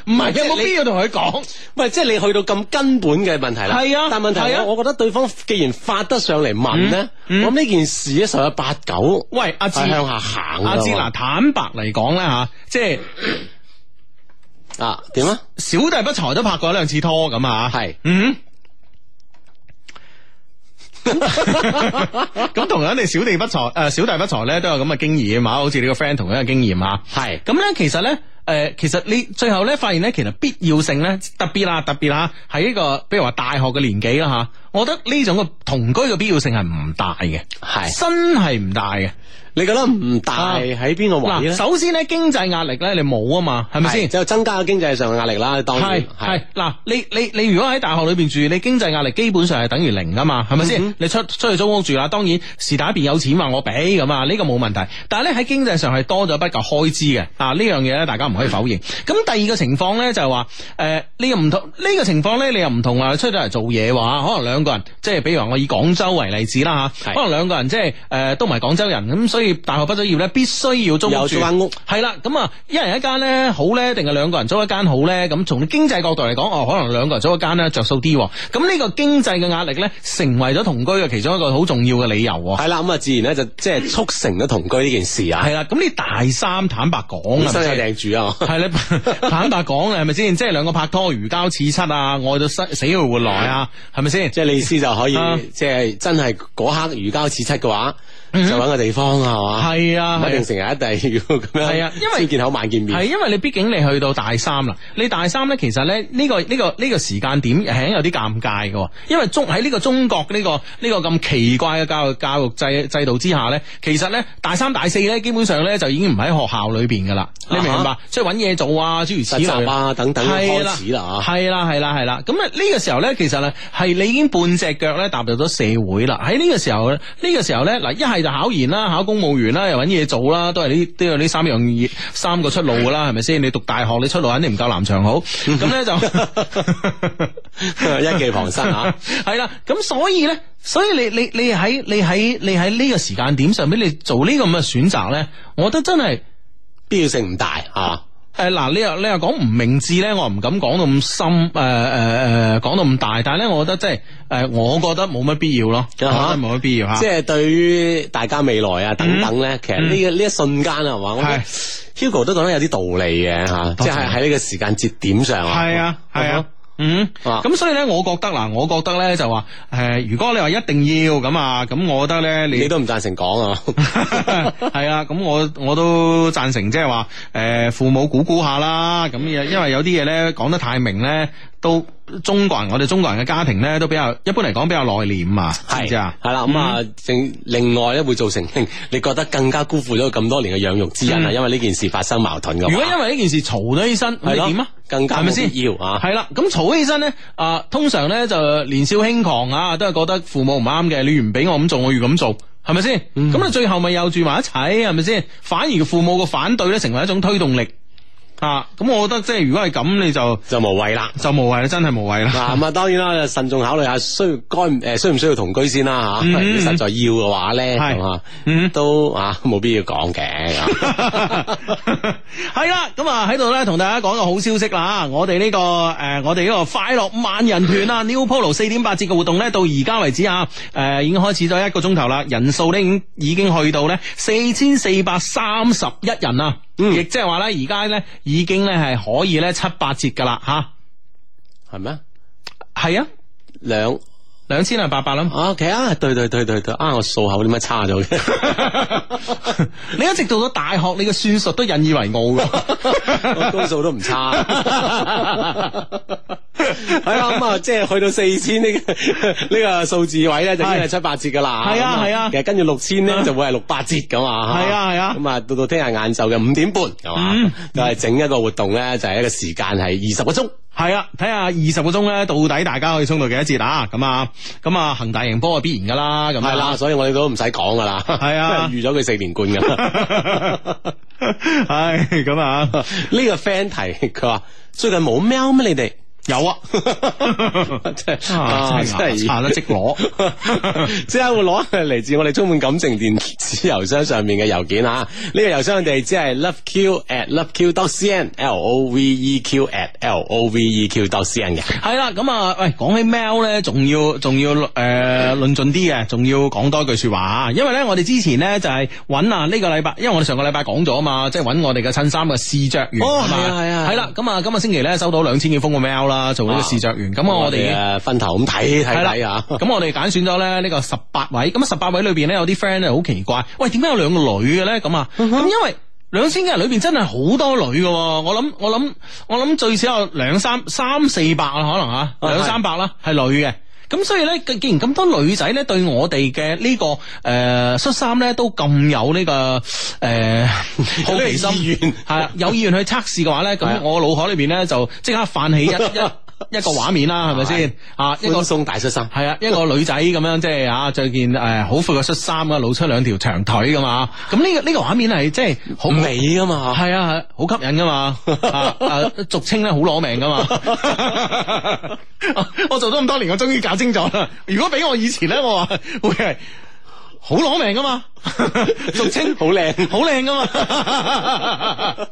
唔係有冇必要同佢講？
喂，即係你去到咁根本嘅問題啦。
係啊
但問題
係啊
我我覺得對方既然發得上嚟問咧，
嗯
我諗呢件事咧十有八九
喂，阿志
係啊向下行㗎
阿芝
喎
嗱，坦白嚟講咧吓，即係
啊點啊？
小弟不才都拍過一兩次拖咁啊，
係
嗯。咁同樣你小弟不才，诶、小弟不才咧都有咁嘅經驗啊，好似你個 friend 同樣嘅經驗啊。
係
咁咧，其實咧，诶、其實你最後咧發現咧，其實必要性咧，特別啦，特別啦，喺呢個，比如話大學嘅年紀啦吓，我覺得呢種嘅同居嘅必要性係唔大嘅，
係
真係唔大嘅。
你覺得唔大喺邊個位咧
啊嗱，？首先咧經濟壓力咧你冇啊嘛，係咪先？
就增加咗經濟上嘅壓力啦，當然
係係嗱，你你你如果喺大學裏邊住，你經濟壓力基本上係等於零噶嘛，係咪
嗯
先？你出出去租屋住啦，當然是但一邊有錢話我俾咁啊，呢個冇問題。但係咧喺經濟上係多咗一筆嘅開支嘅啊，呢樣嘢咧大家唔可以
嗯
否認。咁第二個情況咧就係話，誒你又唔同呢個情況咧，你又唔同啊出咗嚟做嘢話，可能兩個人即係比如話我以廣州為例子啦嚇，
係
可能兩個人即係誒都唔係廣州人咁，所以大學畢咗業咧必須要租
有
屋住
租間屋
係啦，咁啊，一人一間咧好咧，定係兩個人租一間好咧？咁從經濟角度嚟講，哦，可能兩個人租一間咧着數啲喎。咁呢個經濟嘅壓力咧，成為咗同居嘅其中一個好重要嘅理由喎。
係啦，咁啊自然咧就即係促成咗同居呢件事啊，
係啦，咁你大三坦白講
本
啊，
身有
係咪
訂住啊，
係啦， 坦白講係咪先？即係兩個拍拖如膠似漆啊，愛到死死去活來啊，係咪先？
即係你意思就可以
啊
即係真係嗰刻如膠似漆嘅話，就揾個地方
嗯
啊係嘛，
係啊，
唔一
係啊
定成日一定要咁樣，
係啊因為
先見口晚見面，
係因為你畢竟你去到大三啦，你大三咧其實咧呢、個呢、個呢、個時間點係有啲尷尬嘅喎，因為中喺呢個中國呢、個呢、個咁奇怪嘅教育教育制制度之下咧，其實咧大三大四咧基本上咧就已經唔喺學校裏邊噶啦，你明唔明白
啊？
即係揾嘢做啊，諸如此
實
類
習啊等等
係啦
開始啦啊。
係啦，係啦，係啦。咁啊，呢個時候咧，其實咧係你已經半隻腳咧踏入咗社會啦。喺呢個時候呢、呢個時候咧，嗱，一係就考研啦，考公務員啦，又揾嘢做啦，都係呢都有呢三樣嘢三個出路噶啦，係咪先？你讀大學，你出路肯定唔夠南翔好。咁咧就
一技傍身啊！
係啦，咁所以咧，所以你你你喺你喺你喺呢個時間點上邊，你做呢個咁嘅選擇咧，我覺得真係。
必要性唔大啊，
誒嗱、你又你又講唔明智咧，我唔敢講到咁深，誒誒誒，講、到咁大，但係咧，我覺得即係誒、我覺得冇乜必要咯，我覺得冇乜必要吓。
啊即係對於大家未來啊等
嗯
等咧，其實呢個呢一瞬間啊，係嘛，我覺得 Hugo 都講得有啲道理嘅吓，
多謝
即係喺呢個時間節點上啊，
係啊，係啊。嗯，
啊
咁所以咧，我覺得嗱，我覺得咧就話，誒、如果你話一定要咁啊，咁我覺得咧，
你
你
都唔贊成講啊，
係啊，咁我我都贊成，即係話，誒、父母估估下啦，咁因因為有啲嘢咧講得太明咧，都中國人，我哋中國人嘅家庭咧都比較，一般嚟講比較內斂啊，知唔知啊？
係啦，咁啊，正另外咧會造成 令你覺得更加辜負咗咁多年嘅養育之恩啊，
嗯
因為呢件事發生矛盾嘅話，
如果因為呢件事嘈咗起身，咁
啊係咯
你點啊？
更加
係咪先
冇必要啊
係啦，咁嘈起身咧，啊、通常咧就年少輕狂啊，都係覺得父母唔啱嘅，你唔俾我咁做，我要咁做。係咪先？咁
嗯
你、最後咪又住埋一齊，係咪先？反而父母嘅反對咧，成為一種推動力啊！咁我覺得即係如果係咁，你就
就無 謂啦。
就無謂啦，真係無謂啦。
嗱咁啊，當然啦，慎重考慮下需該誒需唔需要同居先啦吓，
嗯
如果實在要嘅話咧，
係
咁啊
嗯，
都啊冇必要講嘅。
係啦，咁啊喺度咧同大家講個好消息啦，我哋呢、個誒、我哋呢個快樂萬人團啊 New Polo 四點八折嘅活動咧，到而家為止啊，誒、已經開始咗一個鐘頭啦，人數咧已經已經去到咧四千四百三十一人啊，亦即係話咧而家咧已經咧係可以咧七八折噶啦吓，
係咩？
係啊，
兩
兩千零八百啦。
啊，OK 啊，對對對對對，啊，我數口點解差 咗嘅？
你一直到咗大學，你嘅算術都引以為傲 噶。
我高數都唔差。 係啦，咁啊，即係去到四千呢個呢個數字位咧，就已經係
係
七八折噶啦。
係啊
咁
係啊
其實跟住六千咧就會係六八折噶嘛。
係啊係啊
咁啊，到到聽日晏晝嘅五點半係嘛
嗯，
就係整一個活動咧，就係一個時間係二十個鐘。
係啊，睇下二十個鐘咧，到底大家可以衝到幾多折啊？咁啊，咁啊，恒大贏波啊，必然噶啦，咁
係啦，
啊。
所以我哋都唔使講噶啦。
係啊
因為預咗佢四連冠噶啦。
唉，咁啊，
呢個 friend 提佢話最近冇喵咩？你哋？
有 啊，
真係
啊
啊
真
真係
係擦得即攞，
即刻會攞嚟自我哋充滿感情電子郵箱上面嘅郵件啊！呢、個郵箱地址係 loveq at loveq dot cn，l o v e q at l o v e q dot cn 嘅。
係啦，咁啊，喂，講起 mail 咧，仲要仲要誒論盡啲嘅，仲要講多句説話啊，因為咧，我哋之前咧就係揾啊呢個禮拜，因為我哋上個禮拜講咗啊嘛，即係揾我哋嘅襯衫嘅試着員
哦
嘛
係啊係啊哦
係啦，咁啊，今日星期咧收到兩千幾封嘅 mail 啦，做呢個試着員，咁啊，我哋。
誒分頭咁睇睇
係啦
睇啊！
咁我哋揀選咗咧呢個十八位，咁十八位裏邊咧有啲 friend 咧好奇怪，喂，點解有兩個女嘅咧？咁啊，咁因為。兩千嘅人裏邊真係好多女嘅喎，我諗我諗我諗最少有兩三三四百啊，可能啊，
啊
兩
係
三百啦，係女嘅。咁所以咧，既然咁多女仔咧對我哋嘅呢個誒恤衫咧都咁有呢個 誒好奇心，
有呢個意願
係啦，有意願去測試嘅話咧，
係啊
咁我腦海裏邊咧就即刻泛 起一一一個畫面啦，係咪先啊？一個
寬鬆大恤衫，
系啊，一個女仔咁樣，即係啊，着件诶好闊嘅恤衫啊，露出兩條長腿噶嘛。咁呢、個呢、個畫面係即係好
好美㗎嘛。
係啊，好吸引噶嘛，啊啊俗稱咧好攞命噶嘛。 我做咗咁多年，我終於搞清楚啦。如果俾我以前咧，我話會係好攞命噶嘛， 俗 稱
好靚，
好靚噶嘛。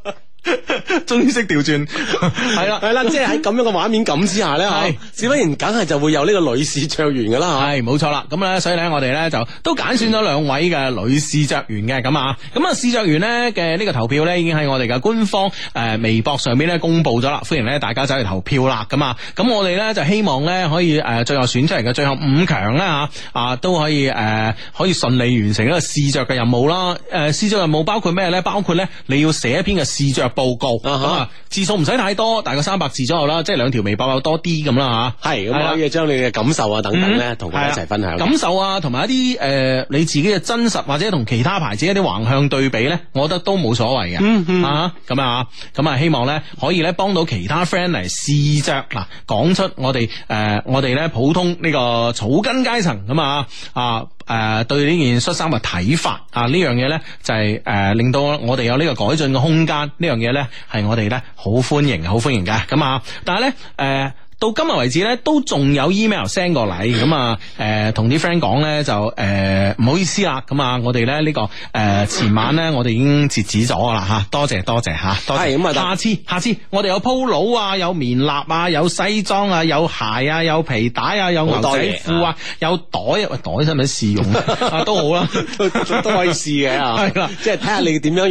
終於識調轉，係啦
系啦，即係喺咁樣嘅畫面感之下咧，
係
吓，自不然梗係就會有呢個女士 着完噶啦，
系冇錯啦，咁咧，所以咧，我哋咧就都揀選咗兩位嘅女試着員嘅咁啊，咁啊試着員咧嘅呢個投票咧已經喺我哋嘅官方诶微博上面咧公布咗啦，歡迎咧大家走去投票啦，咁啊，咁我哋咧就希望咧可以呃诶最後選出嚟嘅最後五強咧吓啊都可以诶、呃可以順利完成一個試着嘅任務啦，诶、呃、試着任務包括咩咧？包括咧你要寫一篇嘅試着報告，
啊哈
咁啊字數唔使太多，大概三百字左右啦，即係兩條微博有多啲咁啦吓，係
係咁
啦
可以將你嘅感受啊等等咧，
嗯
同佢一齊分享。
感受啊，同埋一啲诶、呃你自己嘅真實，或者同其他牌子一啲橫向對比咧，我覺得都冇所謂嘅。嗯嗯啊，咁啊，咁啊，希望咧可以咧幫到其他 friend 嚟試着嗱，講出我哋诶、呃我哋咧普通呢個草根階層咁啊啊。誒、對呢件恤衫嘅睇法啊，呢樣嘢咧就係、呃令到我哋有呢個改進嘅空間，啊呢樣嘢咧係我哋咧好歡迎、好歡迎嘅咁啊！但係咧誒。呃到今日為止咧，都仲有 email send 過嚟，咁啊，誒啊呃同啲 friend 講咧就誒唔、好意思啦，咁啊，我哋咧呢個誒、前晚咧，我哋已經截止咗啦嚇，啊多謝多謝嚇，多謝。
係咁啊
下次下次我哋有鋪佬啊，有棉衲啊，有西裝啊，有鞋啊，有皮帶啊，有牛
好多
仔
嘢
褲啊，有袋啊，喂袋使唔使試 用呢啊？都好啦。
都都都可以試嘅啊，
係啦
即係睇下你點 樣用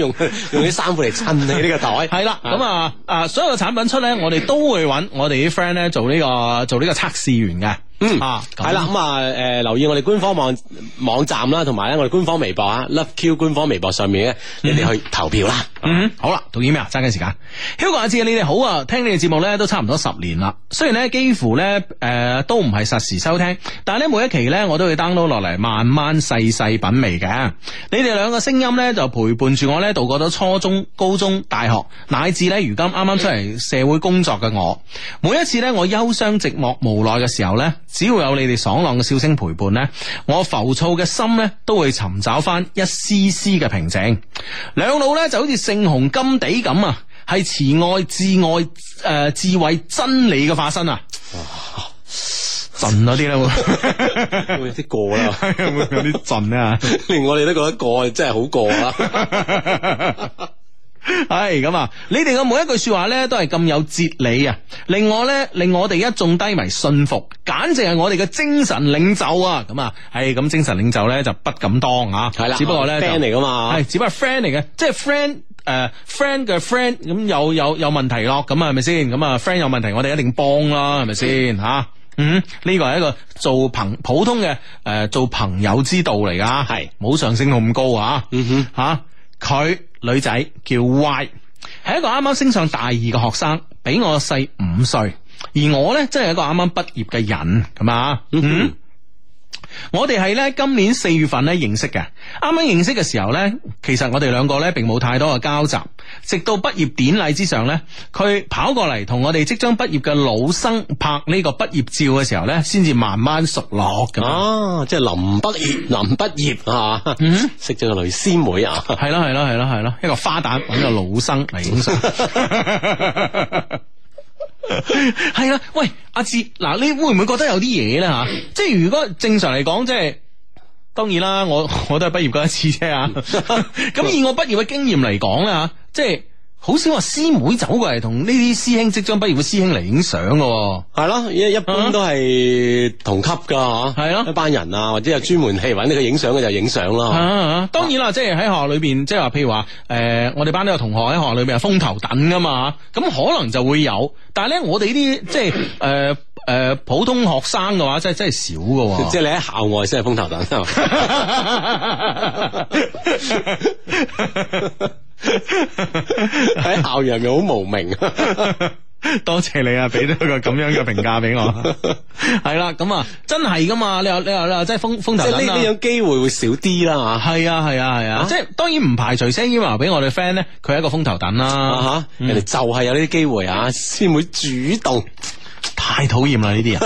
用啲衫褲嚟襯你呢個袋。
系啦，咁啊啊，所有嘅產品出咧，我哋都會揾我哋啲 friend 咧做呢、個做呢個測試員嘅。嗯啊，咁
係啦，咁啊，誒、留意我哋官方網網站啦，同埋咧我哋官方微博啊，Love Q 官方微博上面咧，你哋去投票 啦。
嗯，好啦，讀 email 揸緊時間。Hugo 阿志，你哋好啊！聽你哋節目咧都差唔多十年啦，雖然咧幾乎咧誒、呃都唔係實時收聽，但係咧每一期咧我都會 download 落嚟慢慢細細品味嘅。你哋兩個聲音咧就陪伴住我咧度過咗初中、高中、大學，乃至咧如今啱啱出嚟社會工作嘅我。每一次咧我憂傷、寂寞、無奈嘅時候咧，只要有你哋爽朗嘅笑聲陪伴咧，我浮躁嘅心咧都會尋找翻一絲絲嘅平靜。兩老咧就好似聖雄金地咁啊，係慈愛、至愛、誒、智慧、真理嘅化身啊！震嗰啲啦，
會有啲過啦，
會會 有啲震啊！
連我哋都覺得過，真係好過啊 啦。
系咁啊！你哋嘅每一句说話咧，都係咁有哲理啊！令我咧，令我哋一眾低迷信服，簡直係我哋嘅精神領袖啊！咁啊，係咁精神領袖咧就不敢當啊！
係啦
只不過咧
friend 嚟㗎嘛
係只不過 friend 嚟嘅，即係 friend 诶、friend 嘅 friend 咁有有有問題咯，咁啊係咪先？咁啊 friend 有問題，我哋一定幫啦，係咪先吓？啊嗯，呢個係一個做朋普通嘅诶、誒做朋友之道嚟噶，
係
冇上升到咁高啊！
嗯哼。
吓，佢、女仔叫 Y，係一個啱啱升上大二嘅學生，比我細五歲，而我咧真係一個啱啱畢業嘅人咁啊。嗯我哋係咧今年四月份咧認識嘅，啱啱認識嘅時候咧，其實我哋兩個咧並冇太多嘅交集，直到畢業典禮之上咧，佢跑過嚟同我哋即將畢業嘅老生拍呢個畢業照嘅時候咧，先至慢慢熟落咁樣。
啊，即係臨畢業，臨畢業啊，
嗯
識咗個女師妹啊，
系咯系咯系咯系咯，一個花旦揾個老生嚟影相。係啦，喂，阿志，嗱，你會唔會覺得有啲嘢咧吓？即係如果正常嚟講，即係當然啦，我 我都係畢業嗰一次啫啊。咁以我畢業嘅經驗嚟講咧吓，即係好少話師妹走過嚟同呢啲師兄即將畢業嘅師兄嚟影相噶。
係咯，一一般都係同級噶嗬，
係咯
一班人啊，或者有專門係揾你佢影相嘅就影相
啊
啦，
啊！當然啦，即係喺學校裏邊，即係話譬如話，誒、我哋班都有同學喺學校裏邊係風頭等噶嘛，咁可能就會有，但係咧，我哋呢啲即係誒誒普通學生嘅話，真係真係少嘅喎。
即係你喺校外先係風頭 等係嘛。喺校園入面好無名，
多謝你啊，俾咗個咁樣嘅評價 俾我。係啦，咁啊，真係噶嘛？你話你話你話，即係風風頭
即係呢
等
呢
啊。
種機會會少啲啦嚇。
係啊係啊係啊，即係當然唔排除 send email 俾我哋 friend 咧，佢係一個風頭等
啊
啦。嗯
哈！人哋就係有呢啲機會啊，先會主 動
太討厭啦呢啲人。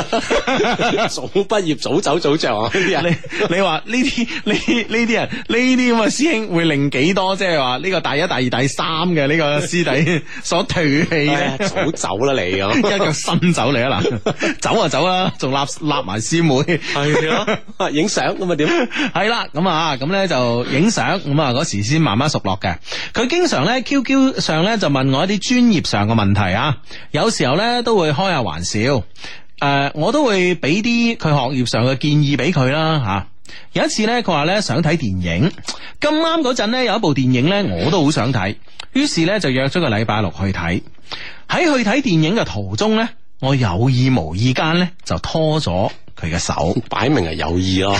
早畢業、早走、早着啊！呢啲 人
你你話呢啲呢呢啲人呢啲咁嘅師兄會令幾多即係話呢個大一、大二、大三嘅呢個師弟 所唾棄
哎呀
咧？
早走啦你咁。
一腳伸走你啊嗱，走啊走啦，仲立立埋師妹。
系咯，影相咁啊點？
系啦，咁啊，咁咧就影相，咁啊嗰時先慢慢熟落嘅。佢經常咧 QQ 上咧就問我一啲專業上嘅問題啊，有時候咧都會開下玩笑，誒、我都會俾啲佢學業上嘅建議俾佢啦吓。有一次咧，佢話咧想睇電影，咁啱嗰陣咧有一部電影咧我都好想睇，於是咧就約咗個禮拜六去睇。喺去睇電影嘅途中咧，我有意無意間咧就拖咗佢嘅手。
擺明係有意咯，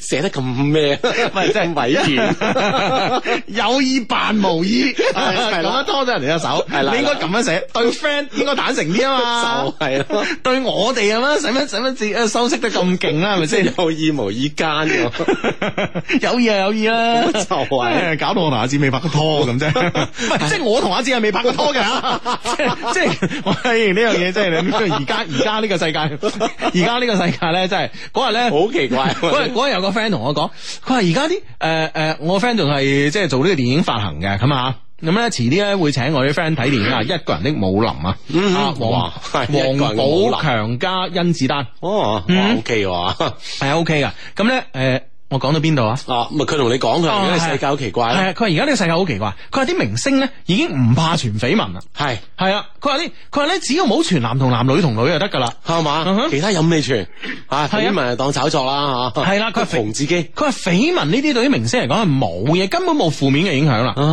寫得咁咩？唔係真係委婉，
有意扮無意，咁樣拖咗人哋隻手，
係啦
你應該咁樣寫，對 friend 應該坦誠啲啊嘛，
就係咯，
對我哋咁樣，使乜使乜自己修飾得咁勁啊啦，係咪 先？
有意無意間喎，
有意啊有意啦，
就 係
搞到我同阿志未拍過拖 咁啫，唔係即係我同阿志係未拍過拖㗎， 即係即係我係呢樣嘢，即係你而家而家呢個世界，而家呢個世界咧，真係嗰日咧
好奇怪。
嗰日嗰日有個 friend 同我講，佢話而家啲誒誒，我 friend 仲係即係做呢個電影發行嘅咁啊。咁咧，遲啲咧會請我啲 friend 睇電影啊，《一個人的武林》啊，啊，
嗯哇
王
一個
王
人嘅武林
寶強加甄子丹，
哦哇
嗯
，OK 喎。
係啊 OK 噶。咁咧，誒，我講到邊度啊？
哦，咪佢同你講佢
哦
話而家
係
嘅世界好奇怪
係
啦，
啊，佢話而家呢個世界好奇怪，佢話啲明星咧已經唔怕傳緋聞啦。
係
係啊，佢話呢，佢話咧只要冇傳男同男、女同女就得㗎啦。
係
嗯
嘛？
哼
其他任你傳啊，
係啊
緋聞當炒作啦嚇。
係啦佢係
逢自己
佢話緋聞呢啲對於明星嚟講係冇嘢，根本冇負面嘅影響啦。
啊，。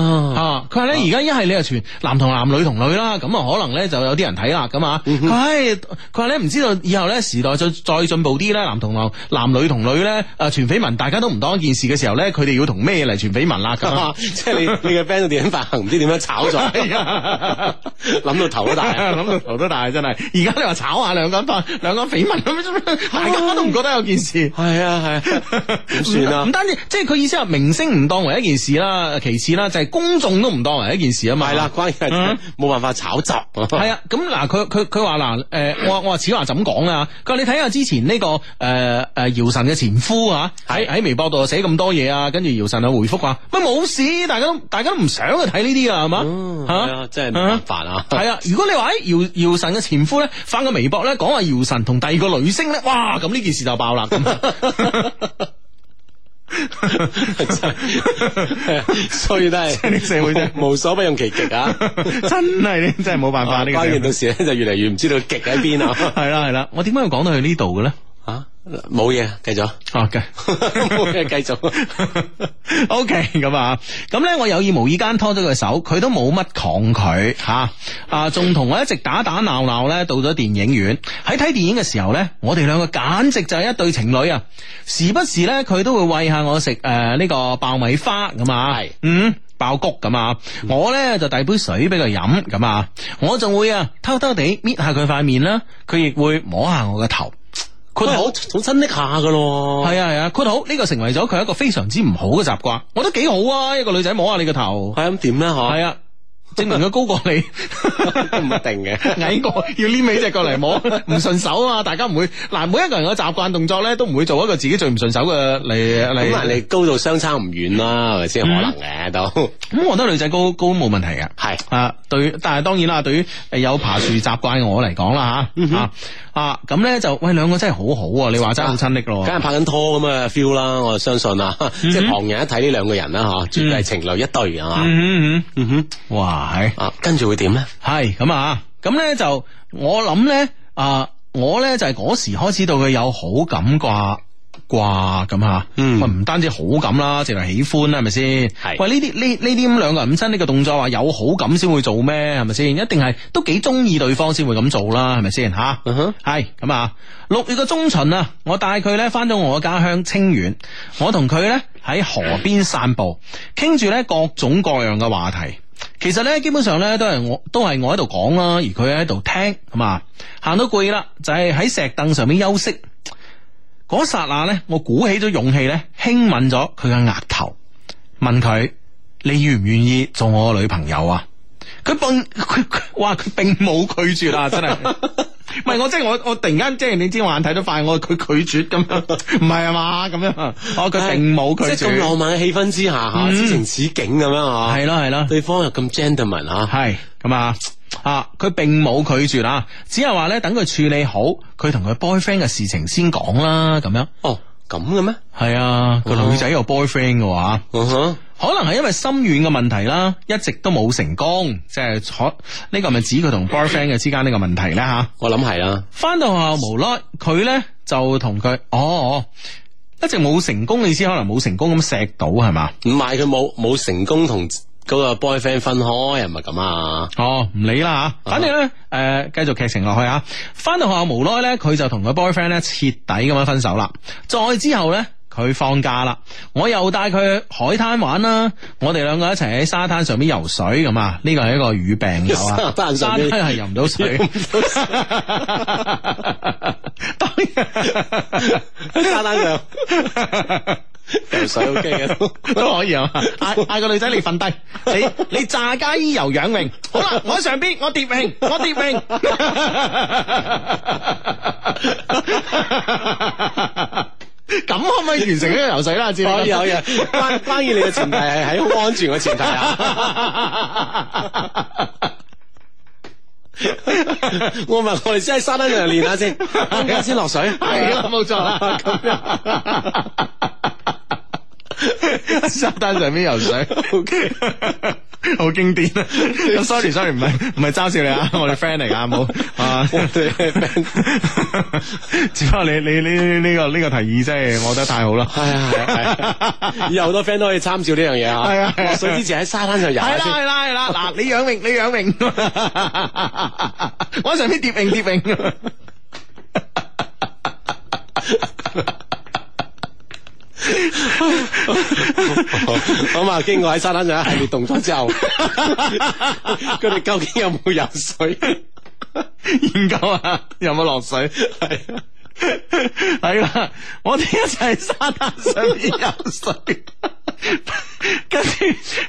啊！佢話咧，而家一係你就傳男同男、女同女啦，咁啊可能咧就有啲人睇啦，咁啊，佢話唉佢話咧唔知道以後咧時代再再進步啲咧，男同男、男女同女咧，誒傳緋聞，大家都唔當一件事嘅時候咧，佢哋要同咩嚟傳緋聞啦咁啊
即係你你嘅 friend 嘅電影發行唔知點樣 炒作，
係啊
諗到頭都大啊。
諗到頭都大，真係。而家你話炒下兩個人發兩個人緋聞咁，大家都唔覺得有件事。
系啊系，點算啊
唔唔？單止，即係佢意思係明星唔當為一件事啦，其次啦就係公眾都唔當為一件事啊嘛。
系啦，關鍵係冇辦法炒作。
系啊，咁嗱，佢佢佢話嗱，诶、我我話此話怎講啊？佢話你睇下之前呢、個个诶诶姚晨嘅前夫啊，喺喺微博度寫咁多嘢啊，跟住姚晨啊回覆話乜冇事，大家都大家都唔想去睇呢啲啊，係嘛
嗯，
嚇
係啊，真係冇辦法啊。
系啊，如果你話喺姚姚晨嘅前夫咧發個微博咧講話姚晨同第二個女星咧，哇，咁呢啊件事就爆啦。
真係衰 都係
係呢個社會啫
無無所不用其極啊！
真係真係冇 辦
啊關鍵到時咧就越嚟越唔知道極喺邊 啊！
係啦係啦，我點解要講到去呢度嘅咧？
啊，冇嘢，繼 續，
啊嘅。
冇嘢，繼續。
O K，咁啊，咁咧我有意無意間拖咗佢手，佢都冇乜抗拒吓，啊，仲同我一直打打鬧鬧咧，到咗電影院喺睇電影嘅時候咧，我哋兩個簡直就係一對情侶啊！時不時咧佢都會餵下我食誒呢個爆米花咁啊，
係
嗯。爆谷咁啊！我咧就遞杯水俾佢飲咁啊！我仲會啊偷偷地搣下佢塊面啦，佢亦會摸下我嘅頭。佢
佢好好親昵下噶咯，
系啊系啊，括好呢個成為咗佢一個非常之唔好嘅習慣，我覺得幾好啊！一個女仔摸下你個頭，
係咁點咧？嗬，
係啊，證明佢高過 你，啊
都唔一定 嘅。
矮過要黏起只腳嚟摸，唔順手啊嘛！大家唔會嗱，每一個人嘅習慣動作咧，都唔會做一個自己最唔順手嘅嚟
咁但係你
嚟。
高度相差唔遠啦，係咪
嗯
先？可能嘅都
咁我覺得女仔高高冇問題嘅。
係
啊，對，但係當然啦，對於誒有爬樹習慣嘅我嚟講啦
嗯
吓，啊啊咁咧就喂兩個真係好好啊！你話真係好親昵咯
梗，係拍緊拖咁嘅 feel 啦，我相信啊，
嗯
即係旁人一睇呢兩個人啦，吓，絕對係情侶一對啊，
嗯嗯
嗯哼，
嗯，哇係。
啊，跟住會點咧？
系咁啊，咁咧就我諗咧啊，我咧就係嗰時開始對佢有好感啩。啩咁吓，
嗯
喂唔單止好感啦，直頭喜歡啦，係咪先？
係
喂呢啲呢呢啲咁兩個人咁親呢個動作，話有好感先會做咩？係咪先？一定係都幾中意對方先會咁做啦，係咪先吓？
嗯哼
係咁啊！六月嘅中旬啊，我帶佢咧翻咗我嘅家鄉清遠，我同佢咧喺河邊散步，傾住咧各種各樣嘅話題。其實咧，基本上咧都係我都係我喺度講啦，而佢喺度聽，咁啊，行到攰啦，就係、喺石凳上面休息。嗰剎那咧，我鼓起咗勇氣咧，輕吻咗佢嘅額頭，問佢：你願唔願意做我嘅女朋友啊？佢並佢佢哇，佢並冇拒 絕啊！真係，唔係我即係我我突然間即係你知我眼睇得快，我佢拒絕咁樣，唔係啊嘛咁樣，哦佢並冇拒絕，
即係咁浪漫嘅氣氛之下吓，
嗯
此情此景咁樣啊，
係咯係咯，
對方又咁 gentleman 吓，
系咁啊。啊！佢並冇拒絕啊，只係話咧等佢處理好佢同佢 boyfriend 嘅事情先講啦，咁樣
哦咁嘅咩？
係啊，
哦
個女仔有 boyfriend 嘅話。
嗯哼，
可能係因為心軟嘅問題啦，一直都冇成功，即係可呢個係咪指佢同 boyfriend 嘅之間呢個問題咧吓。
我諗係啦，
翻到學校無耐，佢咧就同佢哦哦，一直冇成功嘅意思，可能冇成功咁錫到係嘛？
唔係佢冇冇成功同嗰個 boyfriend 分開，係咪咁啊？
哦，唔理啦吓，反正咧，誒、繼續劇情落去啊。翻到學校無耐咧，佢就同佢 boyfriend 咧徹底咁樣分手啦。再之後咧，佢放假啦，我又帶佢去海灘玩啦。我哋兩個一齊喺沙灘上面游水咁啊，呢個係一個語病友啊。
沙灘上面
沙灘係游唔到 水， 當然。
沙灘上游水 OK 嘅。
都可以啊！嗌嗌個女仔你瞓 低，你你炸家衣游仰泳，好啦， 我喺上邊，我蝶泳，我蝶 泳。咁可唔可以完成呢個游水啦？志
可以可以，關關鍵你嘅前提係喺好安全嘅前提啊。我咪我哋先喺沙灘上練下先，啱啱先落水，
係啊
啊
啦，冇錯啦，咁 樣沙灘上邊游水，OK，好 經典 啊！咁 sorry sorry，唔係唔係嘲笑你啊，我哋 friend 嚟噶， 冇啊， 只不過你你呢呢個呢個提議真係我覺得太好啦，
係啊係啊，以後好多 friend 都可以參照呢樣嘢
係啊
啊。
係啊
落水之前喺沙灘上游 下
係啦
先，
係啦係啦，嗱你仰泳你仰 泳，我喺上邊蝶泳蝶泳。
咁啊，經過喺沙灘上一系列動作之後， 佢哋究竟有冇游水？
研究啊，有冇落水？系啊，系啦，我哋一齊喺沙灘上面游水， 跟住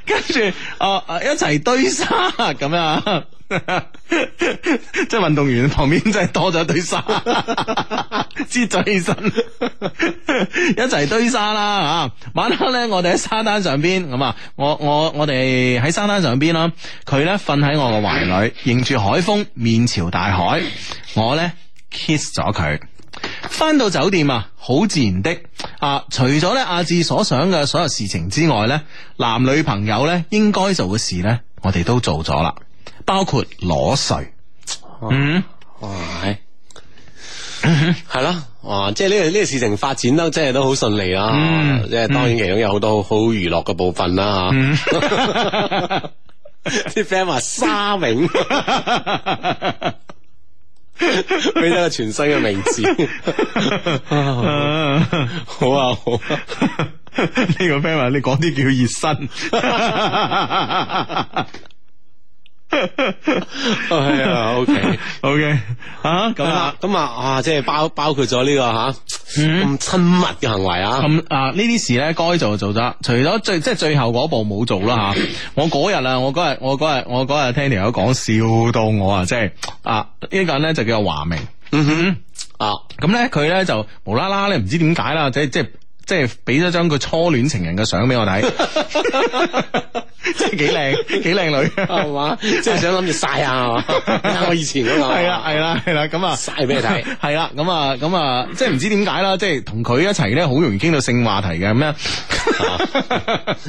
跟住哦，啊一齊堆沙咁啊， 即係運動員旁邊真係多咗一堆沙， 擠咗起身， 一齊堆沙啦啊吓。晚黑咧，我哋喺沙灘上邊咁啊，我我我哋喺沙灘上邊啦，佢咧瞓喺我個懷裏，迎住海風，面朝大海，我咧 kiss 咗佢。翻到酒店啊，好自然的啊，除咗咧阿志所想嘅所有事情之外咧，男女朋友咧應該做嘅事咧，我哋都做咗啦，包括裸睡。嗯，
哇，係係咯，哇！即係呢個呢個事情發展得即係都好順利啦，
嗯
即係當然其中有好多好好娛樂嘅部分啦吓。 啲 friend 話沙永，俾咗個全新嘅名字， 好啊好啊，
呢個 friend 話你講啲叫熱身。
係啊 OK。
O K 啊咁
咁
啊
啊，咁啊，啊，即係包包括咗呢個吓咁親密嘅行為啊，
咁啊呢啲事咧該做就做得，除咗最即係最後嗰步冇做啦吓。我嗰日啊，我嗰日我嗰日我嗰日聽條友講笑到我啊，即係啊呢個人咧就叫華明。
啊，
咁咧佢咧就無啦啦咧唔知點解啦，即係即係即係俾咗張佢初戀情人嘅相俾我 睇，即係幾靚幾靚女。
啊係嘛， 即係想諗住晒下 係嘛，睇我以前嗰個
係啦，係啦，係啦，咁啊，
晒俾你睇。
係啦，咁啊，咁啊，即係唔知點解啦，即係同佢一齊咧，好容易傾到性話題嘅咁樣。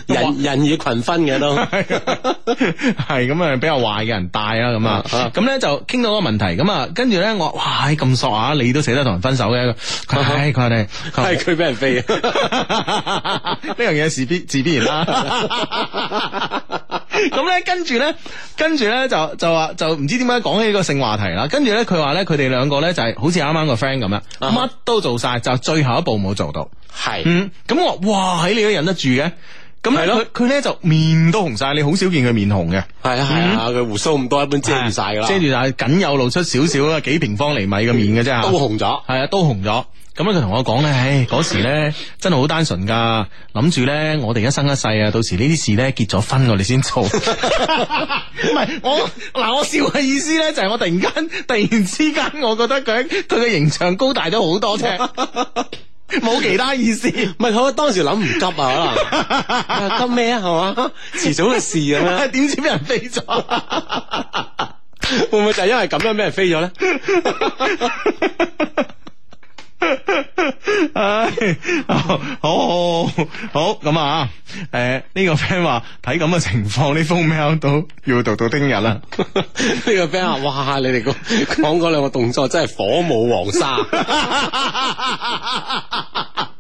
人人以群分嘅 都，
係咁啊，比較壞嘅人帶啦，咁啊
啊，
咁咧就傾到個問題，咁啊，跟住咧我哇，唉咁索啊，你都捨得同人分手嘅，佢唉佢話你，佢話
係佢俾人飛啊，
呢樣嘢是必自必然啦。 咁咧，跟住咧，跟住咧就就話就唔知點解講起呢個性話題啦。跟住咧，佢話咧，佢哋兩個咧就係好似啱啱個 friend 咁樣，
啊
乜都做晒，就最後一步冇做到。嗯
係啊
嗯，咁我話哇，喺你都忍得住嘅。咁咧
係咯
佢佢咧就面都紅晒，你好少見佢面紅嘅。
系啊系啊，佢胡须咁多，一般遮住晒噶啦，
遮住晒，僅有露出少少啊，幾平方厘米嘅面嘅啫，
都紅咗。
係啊，都紅咗。咁啊咧，佢同我講咧，唉，嗰時咧真係好單純噶，諗住咧我哋一生一世啊，到時呢啲事咧結咗婚我哋先 做。唔係我嗱，我笑嘅意思咧就係我突然間 突然之間，我覺得佢佢嘅形象高大咗好多啫， 冇其他意思。
唔係，我當時諗唔急啊， 可能啊急咩啊，係嘛？遲早嘅事咁樣，
點知俾人飛咗？
會唔會就係因為咁樣俾人飛咗咧？
唉，好好好咁啊！诶，呢個 friend 話睇咁嘅情況，呢封 mail 都要讀到聽日啦。
呢個 friend 話：，哇！你哋個講嗰兩個動作真係火舞黃沙，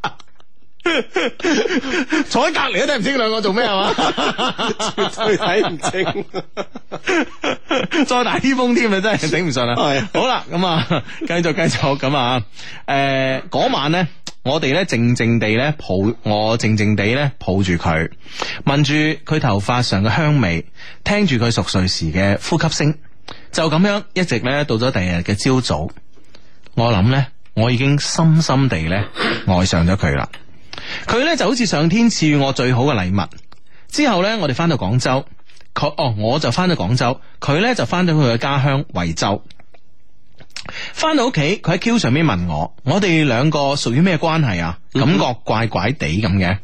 坐喺隔離都睇唔清兩個做咩係 嘛？
絕對睇唔清。
再大啲風添啊，真係頂唔順啦。
係啊
好啦，咁啊， 繼續繼續咁啊，诶、嗰晚咧，我哋咧靜靜地咧抱，我靜靜地咧抱住佢，聞住佢頭髮上嘅香味，聽住佢熟睡時嘅呼吸聲，就咁樣一直咧到咗第二日嘅朝早，我諗咧，我已經深深地咧愛上咗佢啦。佢咧就好似上天賜予我最好嘅禮物。之後咧，我哋翻到廣州，佢哦，我就翻到廣州，佢咧就翻到佢嘅家鄉惠州。翻到屋企，佢喺 Q 上面問我：我哋兩個屬於咩關係啊？感覺怪怪地咁嘅。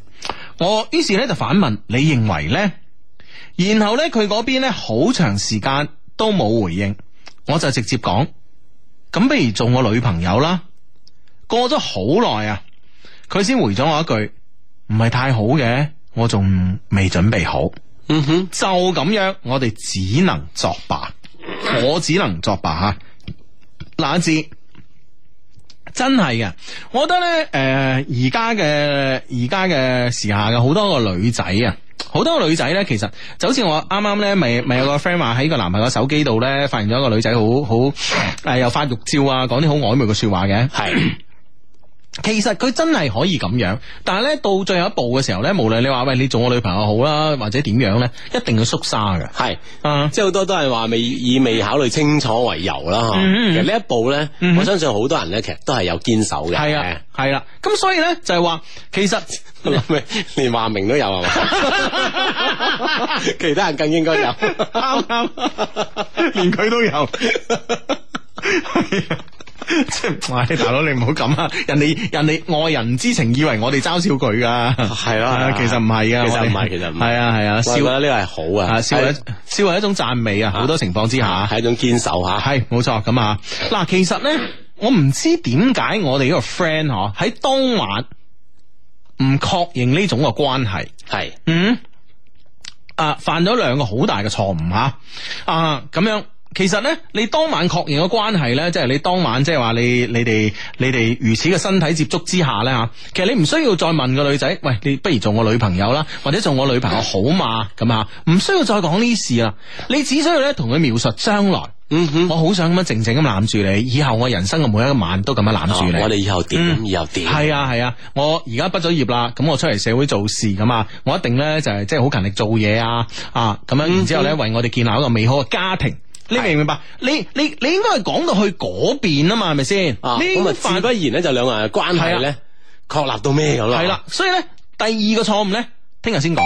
我於是咧就反問：你認為呢？然後咧，佢嗰邊咧好長時間都冇回應，我就直接講：咁不如做我女朋友啦。過咗好耐啊，佢先回咗我一句：唔係太好嘅，我仲未準備好。
嗯哼，
就咁樣，我哋只能作罷，我只能作罷吓。嗱，一志。真係嘅，我覺得咧，誒而家嘅而家嘅時下嘅好多個女仔啊，好多個女仔咧，其實就好似我啱啱咧，咪咪有個 friend 話喺個男朋友手機度咧，發現咗一個女仔好好誒又發肉照啊，講啲好曖昧嘅説話嘅。
係
其實佢真係可以咁樣，但係咧到最後一步嘅時候咧，無論你話喂你做我女朋友好啦，或者點樣咧，一定要縮沙嘅。
係。
啊，
即係好多都係話未以未考慮清楚為由啦，吓、
嗯嗯
其實呢一步咧，
嗯
我相信好多人咧，其實都係有堅守嘅。
係 啊，係啦，咁所以咧就係話，其實
咩，連話明都有 係嘛？其他人更應該有。
啱 啱，連佢都有。啊即係，喂，大佬你唔好咁啊！人哋人哋愛人之情，以為我哋嘲笑佢噶，
係 啦
啊其實唔係噶，
其實唔係
我哋
其實唔係
係啊係啊，
我覺得
笑
呢個係好啊，
啊笑係
係
笑係一種讚美啊，好多情況之下。
係一種堅守吓。
系冇錯咁啊！嗱，其實咧，我唔知點解我哋呢個 friend 嗬喺當晚唔確認呢種嘅關係，
係
嗯，啊，犯咗兩個好大嘅錯誤吓，啊，咁樣。其實咧，你當晚確認嘅關係咧，即係你當晚即係話你你哋你哋如此嘅身體接觸之下咧吓，其實你唔需要再問個女仔，喂，你不如做我女朋友啦，或者做我女朋友好嘛咁啊，唔需要再講呢事啦，你只需要咧同佢描述將來。
嗯哼。
我好想咁樣靜靜咁攬住你，以後我人生嘅每一個晚都咁樣攬住
哦我哋
你。
以後點？
嗯
以後點？
係啊係啊，我而家畢咗業啦，咁我出嚟社會做事噶嘛，我一定咧就係即係好勤力做嘢啊啊咁樣，
嗯
然之後咧為我哋建立一個美好嘅家庭。你明唔明白？你你你應該係講到去嗰邊啊嘛，係咪先？
啊，
你
咁啊，自
犯
不然咧就兩個啊人嘅關係咧確立到咩咁啦。
係啦，所以咧第二個錯誤咧，聽日先講。